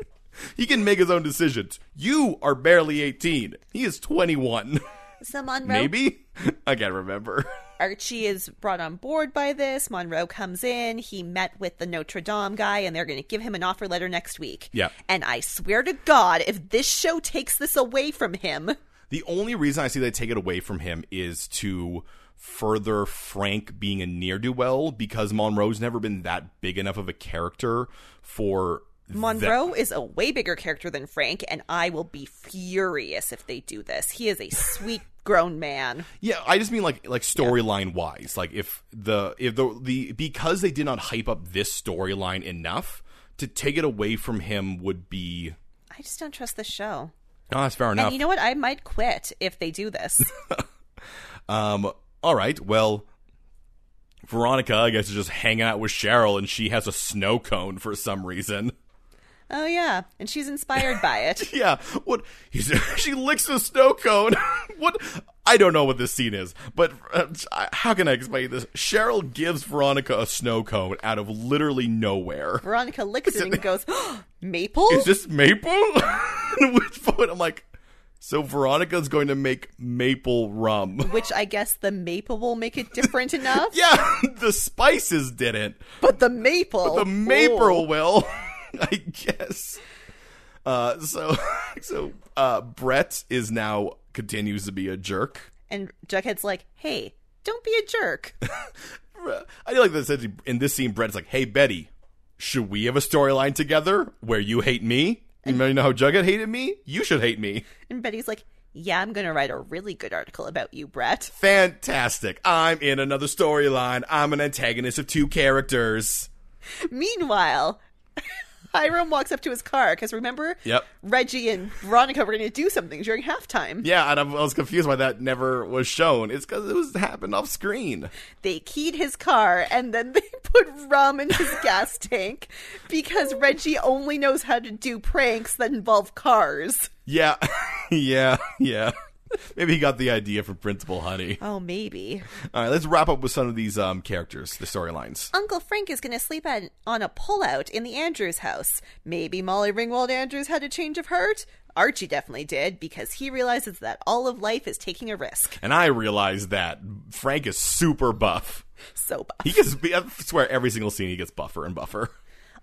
[SPEAKER 1] He can make his own decisions. You are barely 18. He is 21.
[SPEAKER 2] so Monroe
[SPEAKER 1] Maybe? I can't remember.
[SPEAKER 2] Archie is brought on board by this. Monroe comes in. He met with the Notre Dame guy, and they're going to give him an offer letter next week.
[SPEAKER 1] Yeah.
[SPEAKER 2] And I swear to God, if this show takes this away from him,
[SPEAKER 1] The only reason I see they take it away from him is to further Frank being a near do well because Monroe's never been that big enough of a character for the-
[SPEAKER 2] Monroe is a way bigger character than Frank, and I will be furious if they do this. He is a sweet grown man.
[SPEAKER 1] yeah, I just mean like like storyline wise. Like if the if the the because they did not hype up this storyline enough to take it away from him would be.
[SPEAKER 2] I just don't trust this show.
[SPEAKER 1] Oh, that's fair enough.
[SPEAKER 2] And you know what? I might quit if they do this.
[SPEAKER 1] Um, all right, well, Veronica, I guess, is just hanging out with Cheryl, and she has a snow cone for some reason.
[SPEAKER 2] oh yeah, and she's inspired by it.
[SPEAKER 1] Yeah, what? He's, she licks a snow cone. what? I don't know what this scene is, but uh, I- how can I explain this? Cheryl gives Veronica a snow cone out of literally nowhere.
[SPEAKER 2] Veronica licks it and goes, "Maple."
[SPEAKER 1] Is this maple? At which point I'm like, so Veronica's going to make maple rum.
[SPEAKER 2] Which I guess the maple will make it different enough.
[SPEAKER 1] Yeah, the spices didn't.
[SPEAKER 2] But the maple.
[SPEAKER 1] the maple will, I guess. Uh, so, so uh, Brett is now continues to be a jerk.
[SPEAKER 2] And Jughead's like, hey, don't be a jerk.
[SPEAKER 1] I do like this in this scene. Brett's like, "Hey Betty, should we have a storyline together where you hate me? You know, you know how Jughead hated me. You should hate me.
[SPEAKER 2] And Betty's like, yeah, I'm going to write a really good article about you, Brett.
[SPEAKER 1] Fantastic. I'm in another storyline. I'm an antagonist of two characters.
[SPEAKER 2] Meanwhile, Hiram walks up to his car because remember,
[SPEAKER 1] Yep.
[SPEAKER 2] Reggie and Veronica were going to do something during halftime.
[SPEAKER 1] Yeah, and I'm, I was confused why that never was shown. It's because it was happened off screen."
[SPEAKER 2] They keyed his car and then they put rum in his gas tank because Reggie only knows how to do pranks that involve cars.
[SPEAKER 1] Yeah, yeah, yeah. Maybe he got the idea from Principal Honey.
[SPEAKER 2] Oh, maybe.
[SPEAKER 1] All right, let's wrap up with some of these um, characters, the storylines.
[SPEAKER 2] Uncle Frank is going to sleep at, on a pullout in the Andrews house. Maybe Molly Ringwald Andrews had a change of heart. Archie definitely did because he realizes that all of life is taking a risk.
[SPEAKER 1] And I realized that Frank is super buff.
[SPEAKER 2] So,
[SPEAKER 1] He gets, I swear, every single scene he gets buffer and buffer.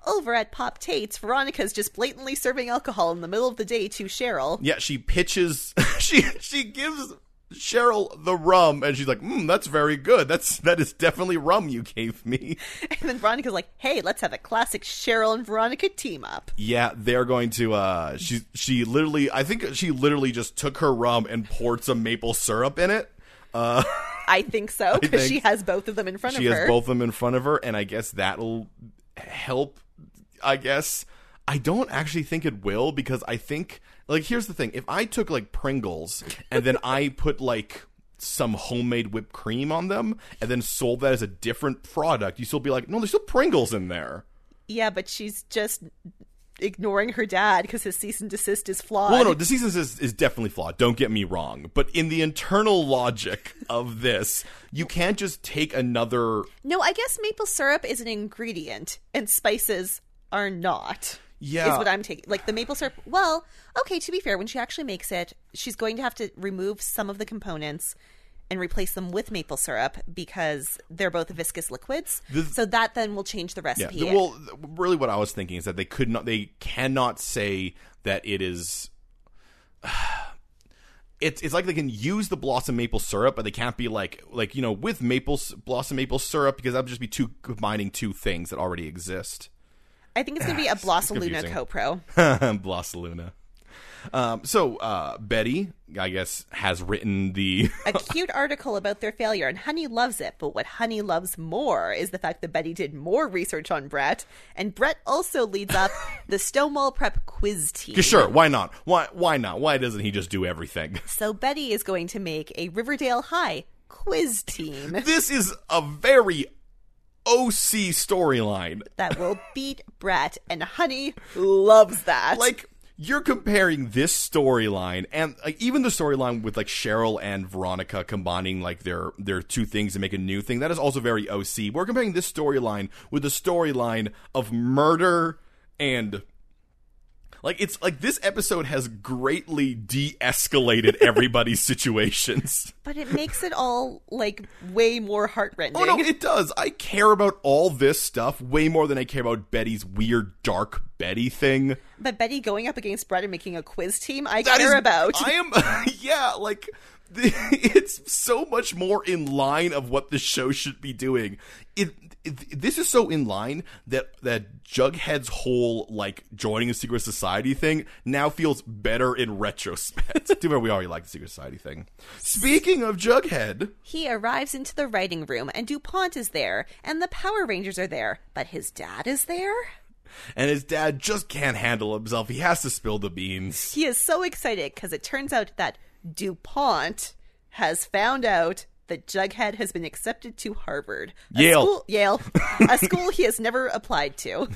[SPEAKER 2] over at Pop Tate's, Veronica's just blatantly serving alcohol in the middle of the day to Cheryl.
[SPEAKER 1] Yeah, she pitches, she she gives Cheryl the rum, and she's like, mm, "That's very good. That's that is definitely rum you gave me."
[SPEAKER 2] And then Veronica's like, hey, let's have a classic Cheryl and Veronica team up.
[SPEAKER 1] Yeah, they're going to. uh She she literally, I think she literally just took her rum and poured some maple syrup in it.
[SPEAKER 2] I think so because
[SPEAKER 1] think
[SPEAKER 2] she has both of them in front
[SPEAKER 1] she
[SPEAKER 2] of
[SPEAKER 1] has
[SPEAKER 2] her.
[SPEAKER 1] both of them in front of her, and I guess that'll help. I guess I don't actually think it will because I think like here's the thing: if I took like Pringles and then I put like some homemade whipped cream on them and then sold that as a different product, you still be like, no, there's still Pringles in there.
[SPEAKER 2] Yeah, but she's just ignoring her dad because his cease and desist is flawed.
[SPEAKER 1] Well, no, disease is is definitely flawed. Don't get me wrong, but in the internal logic of this, you can't just take another
[SPEAKER 2] No, I guess maple syrup is an ingredient and spices are not.
[SPEAKER 1] Yeah.
[SPEAKER 2] Is what I'm taking. Like the maple syrup. Well, okay, to be fair, when she actually makes it, she's going to have to remove some of the components and replace them with maple syrup because they're both viscous liquids.
[SPEAKER 1] The-
[SPEAKER 2] so that then will change the
[SPEAKER 1] Yeah.
[SPEAKER 2] recipe.
[SPEAKER 1] th- Well, th- really, what I was thinking is that they could not, they cannot say that it is. It's it's like they can use the blossom maple syrup, but they can't be like like you know with maple s- blossom maple syrup because that would just be two combining two things that already exist.
[SPEAKER 2] I think it's going to be a Blossaluna
[SPEAKER 1] confusing.
[SPEAKER 2] CoPro.
[SPEAKER 1] Blossaluna. Um, so uh, Betty, I guess, has written the
[SPEAKER 2] a cute article about their failure, and Honey loves it. But what Honey loves more is the fact that Betty did more research on Brett, and Brett also leads up the Stonewall Prep quiz team.
[SPEAKER 1] 'Cause sure. Why not? Why why not? Why doesn't he just do everything?
[SPEAKER 2] So Betty is going to make a Riverdale High quiz team
[SPEAKER 1] This is a very OC storyline.
[SPEAKER 2] that will beat Brett, and Honey loves that.
[SPEAKER 1] like you're comparing this storyline and like, even the storyline with like Cheryl and Veronica combining like their their two things to make a new thing. That is also very OC. We're comparing this storyline with the storyline of murder and like it's like this episode has greatly de-escalated everybody's situations.
[SPEAKER 2] but it makes it all like way more heartrending.
[SPEAKER 1] Oh no, it does. I care about all this stuff way more than I care about Betty's weird dark Betty thing.
[SPEAKER 2] But Betty going up against Brett and making a quiz team, I
[SPEAKER 1] That is
[SPEAKER 2] care about.
[SPEAKER 1] I am, yeah, like the, it's so much more in line of what the show should be doing. It, it this is so in line that that Jughead's whole like joining a secret society thing now feels better in retrospect. Too bad we already like the secret society thing. Speaking of Jughead,
[SPEAKER 2] He arrives into the writing room, and DuPont is there, and the Power Rangers are there, but his dad is there?
[SPEAKER 1] and his dad just can't handle himself. He has to spill the beans.
[SPEAKER 2] He is so excited because it turns out that DuPont has found out that Jughead has been accepted to Harvard. A
[SPEAKER 1] Yale.
[SPEAKER 2] School, Yale. a school he has never applied to.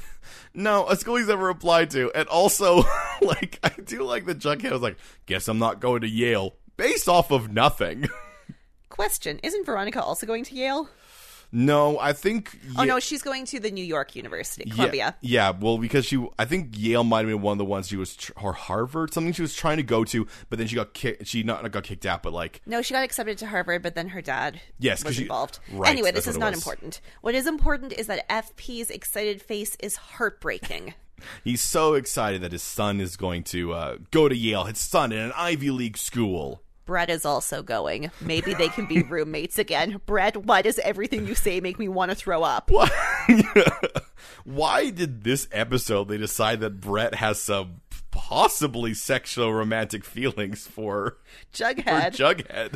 [SPEAKER 1] No, a school he's ever applied to. And also, like, I do like the Jughead was like, guess I'm not going to Yale based off of nothing.
[SPEAKER 2] Question Isn't Veronica also going to Yale?
[SPEAKER 1] no, I think.
[SPEAKER 2] Oh, no, she's going to the New York University, Columbia.
[SPEAKER 1] Yeah, well, because she, I think Yale might have been one of the ones she was, tr- or Harvard, something she was trying to go to, but then she got kicked. She not, not got kicked out, but like,
[SPEAKER 2] No, she got accepted to Harvard, but then her dad
[SPEAKER 1] Yes, 'cause
[SPEAKER 2] was
[SPEAKER 1] she-
[SPEAKER 2] involved.
[SPEAKER 1] right,
[SPEAKER 2] anyway, this
[SPEAKER 1] that's
[SPEAKER 2] is
[SPEAKER 1] what it
[SPEAKER 2] not
[SPEAKER 1] was.
[SPEAKER 2] important. What is important is that FP's excited face is heartbreaking.
[SPEAKER 1] he's so excited that his son is going to uh, go to Yale. His son in an Ivy League school.
[SPEAKER 2] Brett is also going. Maybe they can be roommates again. Brett, why does everything you say make me want to throw up?
[SPEAKER 1] Why? Why did this episode they decide that Brett has some possibly sexual romantic feelings for, for
[SPEAKER 2] Jughead,
[SPEAKER 1] Jughead?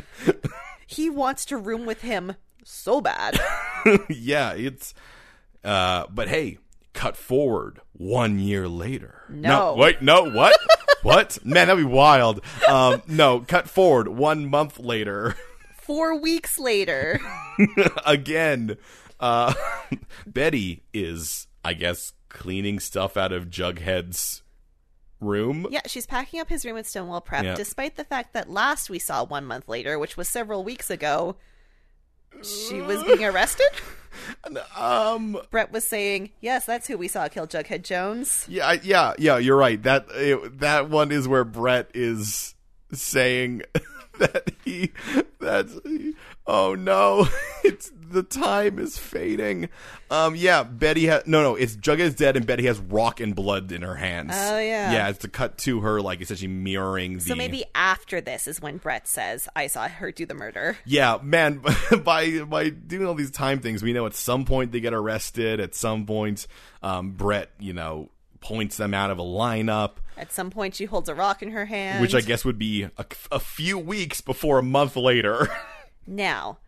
[SPEAKER 2] he wants to room with him so bad.
[SPEAKER 1] yeah, it's. Uh, but hey, cut forward one year later.
[SPEAKER 2] No.
[SPEAKER 1] wait, no, what? what? Man, that'd be wild. Um, no, cut forward one month later.
[SPEAKER 2] Four weeks later,
[SPEAKER 1] again uh betty is i guess cleaning stuff out of jughead's room
[SPEAKER 2] yeah, she's packing up his room at Stonewall Prep,
[SPEAKER 1] Yeah.
[SPEAKER 2] despite the fact that last we saw one month later, which was several weeks ago, she was being arrested.
[SPEAKER 1] um
[SPEAKER 2] Brett was saying, "Yes, that's who we saw kill Jughead Jones."
[SPEAKER 1] yeah I- yeah yeah you're right that it, that one is where brett is saying that he that oh no it's the time is fading um yeah betty ha- no no it's jughead's dead and betty has rock and blood in her hands
[SPEAKER 2] Oh, yeah.
[SPEAKER 1] yeah it's to cut to her like essentially mirroring the
[SPEAKER 2] So maybe after this is when Brett says, "I saw her do the murder."
[SPEAKER 1] Yeah, man. By by doing all these time things, we know at some point they get arrested. At some point, um, Brett, you know, points them out of a lineup,
[SPEAKER 2] At some point, she holds a rock in her hand.
[SPEAKER 1] which I guess would be a, a few weeks before a month later.
[SPEAKER 2] Now,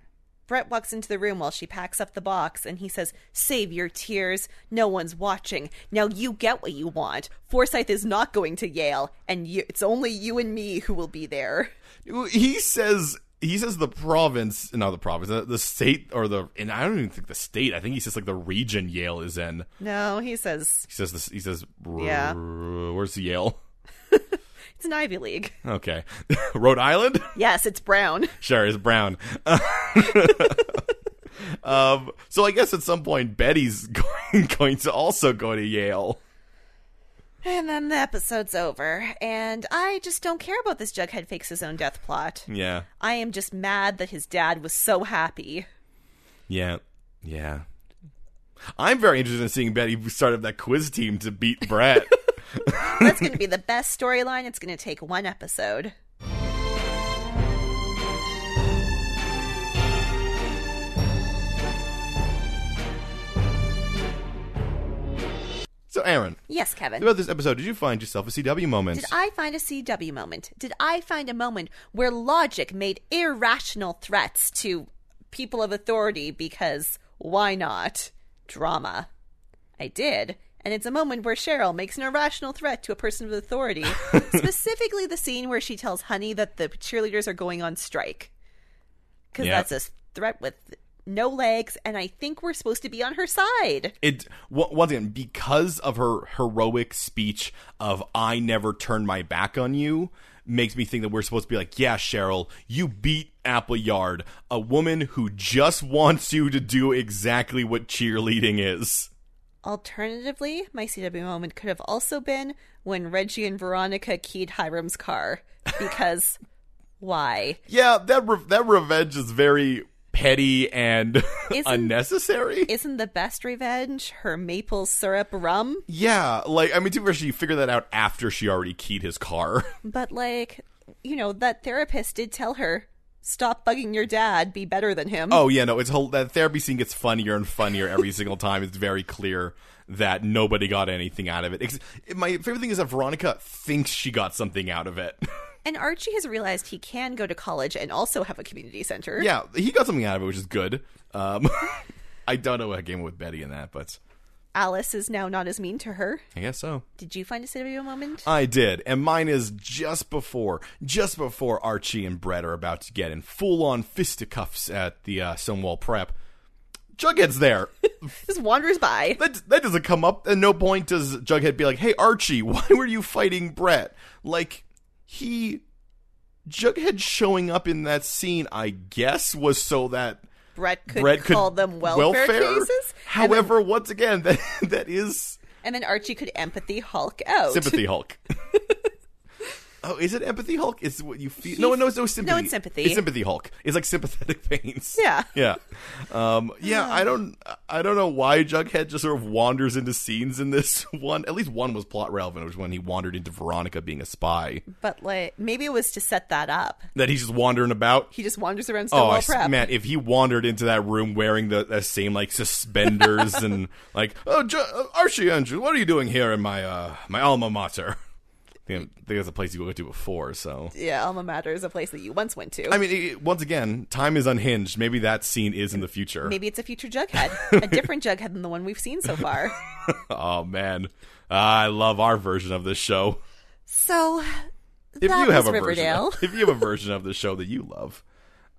[SPEAKER 2] Brett walks into the room while she packs up the box and he says, Save your tears. No one's watching. Now you get what you want. Forsyth is not going to Yale, and you, it's only you and me who will be there.
[SPEAKER 1] he says he says the province, not the province, the, the state or the, and I don't even think the state. I think he says like the region Yale is in.
[SPEAKER 2] No, he says,
[SPEAKER 1] He says this. He says,
[SPEAKER 2] Yeah.
[SPEAKER 1] where's Yale?
[SPEAKER 2] It's an Ivy League.
[SPEAKER 1] Okay, Rhode Island.
[SPEAKER 2] Yes, it's Brown.
[SPEAKER 1] Sure, it's brown. um, so I guess at some point Betty's going, going to also go to Yale.
[SPEAKER 2] And then the episode's over, and I just don't care about this Jughead fakes his own death plot.
[SPEAKER 1] Yeah.
[SPEAKER 2] I am just mad that his dad was so happy.
[SPEAKER 1] Yeah. Yeah. I'm very interested in seeing Betty start up that quiz team to beat Brett.
[SPEAKER 2] That's going to be the best storyline. It's going to take one episode.
[SPEAKER 1] so, Aaron,
[SPEAKER 2] Yes, Kevin.
[SPEAKER 1] about this episode, did you find yourself a CW moment?
[SPEAKER 2] Did I find a CW moment? Did I find a moment where logic made irrational threats to people of authority because why not? Drama. I did. And it's a moment where Cheryl makes an irrational threat to a person of authority, specifically the scene where she tells Honey that the cheerleaders are going on strike. Because
[SPEAKER 1] Yeah.
[SPEAKER 2] that's a threat with no legs, and I think we're supposed to be on her side.
[SPEAKER 1] it w- once again because of her heroic speech of "I never turn my back on you" makes me think that we're supposed to be like, "Yeah, Cheryl, you beat Appleyard, a woman who just wants you to do exactly what cheerleading is."
[SPEAKER 2] Alternatively, my CW moment could have also been when Reggie and Veronica keyed Hiram's car. Because why?
[SPEAKER 1] Yeah, that re- that revenge is very petty and
[SPEAKER 2] Isn't-
[SPEAKER 1] unnecessary.
[SPEAKER 2] Isn't the best revenge her maple syrup rum?
[SPEAKER 1] yeah, like I mean, to be fair, she figured that out after she already keyed his car.
[SPEAKER 2] But, like, you know, that therapist did tell her stop bugging your dad, be better than him.
[SPEAKER 1] Oh yeah, no, it's whole that therapy scene gets funnier and funnier every single time. It's very clear that nobody got anything out of it. Ex- My favorite thing is that Veronica thinks she got something out of it.
[SPEAKER 2] And Archie has realized he can go to college and also have a community center.
[SPEAKER 1] yeah, he got something out of it, which is good. Um, I don't know what game with Betty in that, but
[SPEAKER 2] Alice is now not as mean to her.
[SPEAKER 1] I guess so.
[SPEAKER 2] Did you find a CW moment?
[SPEAKER 1] I did, and mine is just before, just before Archie and Brett are about to get in full-on fisticuffs at the uh, Stonewall Prep. Jughead's there.
[SPEAKER 2] Just wanders by.
[SPEAKER 1] that that doesn't come up. At no point does Jughead be like, "Hey Archie, why were you fighting Brett?" Like he Jughead showing up in that scene, I guess, was so that
[SPEAKER 2] Brett could
[SPEAKER 1] Brett could
[SPEAKER 2] call them welfare, cases. and then-
[SPEAKER 1] However, once again, that that is
[SPEAKER 2] And then Archie could empathy Hulk out.
[SPEAKER 1] sympathy Hulk. oh, is it empathy Hulk? It's what you feel. no, no, it's no sympathy.
[SPEAKER 2] it's sympathy.
[SPEAKER 1] It's sympathy Hulk. It's like sympathetic pains.
[SPEAKER 2] Yeah.
[SPEAKER 1] yeah, um, yeah. I don't, I don't know why Jughead just sort of wanders into scenes in this one. At least one was plot relevant, which was when he wandered into Veronica being a spy.
[SPEAKER 2] But like, maybe it was to set that up.
[SPEAKER 1] That he's just wandering about.
[SPEAKER 2] He just wanders around
[SPEAKER 1] Oh,
[SPEAKER 2] Stonewall
[SPEAKER 1] I s-
[SPEAKER 2] Prep.
[SPEAKER 1] man! If he wandered into that room wearing the, the same like suspenders and like, oh, Ju- uh, Archie Andrew, what are you doing here in my uh, my alma mater? I think, I think that's a place you went to before. So
[SPEAKER 2] Yeah, alma mater is a place that you once went to.
[SPEAKER 1] I mean, it, once again, time is unhinged. Maybe that scene is in the future.
[SPEAKER 2] maybe it's a future Jughead, a different Jughead than the one we've seen so far.
[SPEAKER 1] Oh man, I love our version of this show.
[SPEAKER 2] So
[SPEAKER 1] If
[SPEAKER 2] that
[SPEAKER 1] you have
[SPEAKER 2] was
[SPEAKER 1] a
[SPEAKER 2] Riverdale.
[SPEAKER 1] version, of, if you have a version of the show that you love,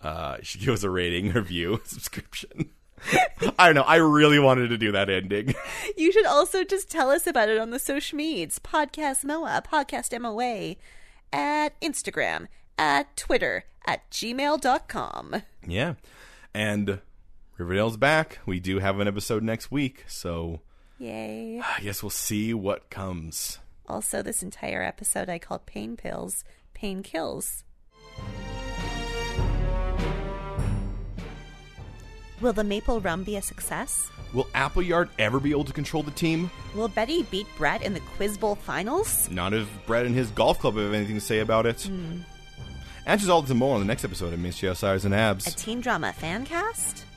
[SPEAKER 1] uh, you should give us a rating, review, subscription. I don't know. I really wanted to do that ending.
[SPEAKER 2] you should also just tell us about it on the social medias: podcast Moa, podcast MOA, at Instagram, at Twitter, at gmail.com.
[SPEAKER 1] Yeah. And Riverdale's back. We do have an episode next week, so
[SPEAKER 2] Yay.
[SPEAKER 1] I guess we'll see what comes.
[SPEAKER 2] Also, this entire episode I called Pain Pills, Pain Kills. Will the maple rum be a success?
[SPEAKER 1] Will Appleyard ever be able to control the team?
[SPEAKER 2] Will Betty beat Brett in the Quiz Bowl finals?
[SPEAKER 1] Not if Brett and his golf club have anything to say about it. Answers all this and more on the next episode of Miss Osiris and Abs.
[SPEAKER 2] A teen drama fan cast?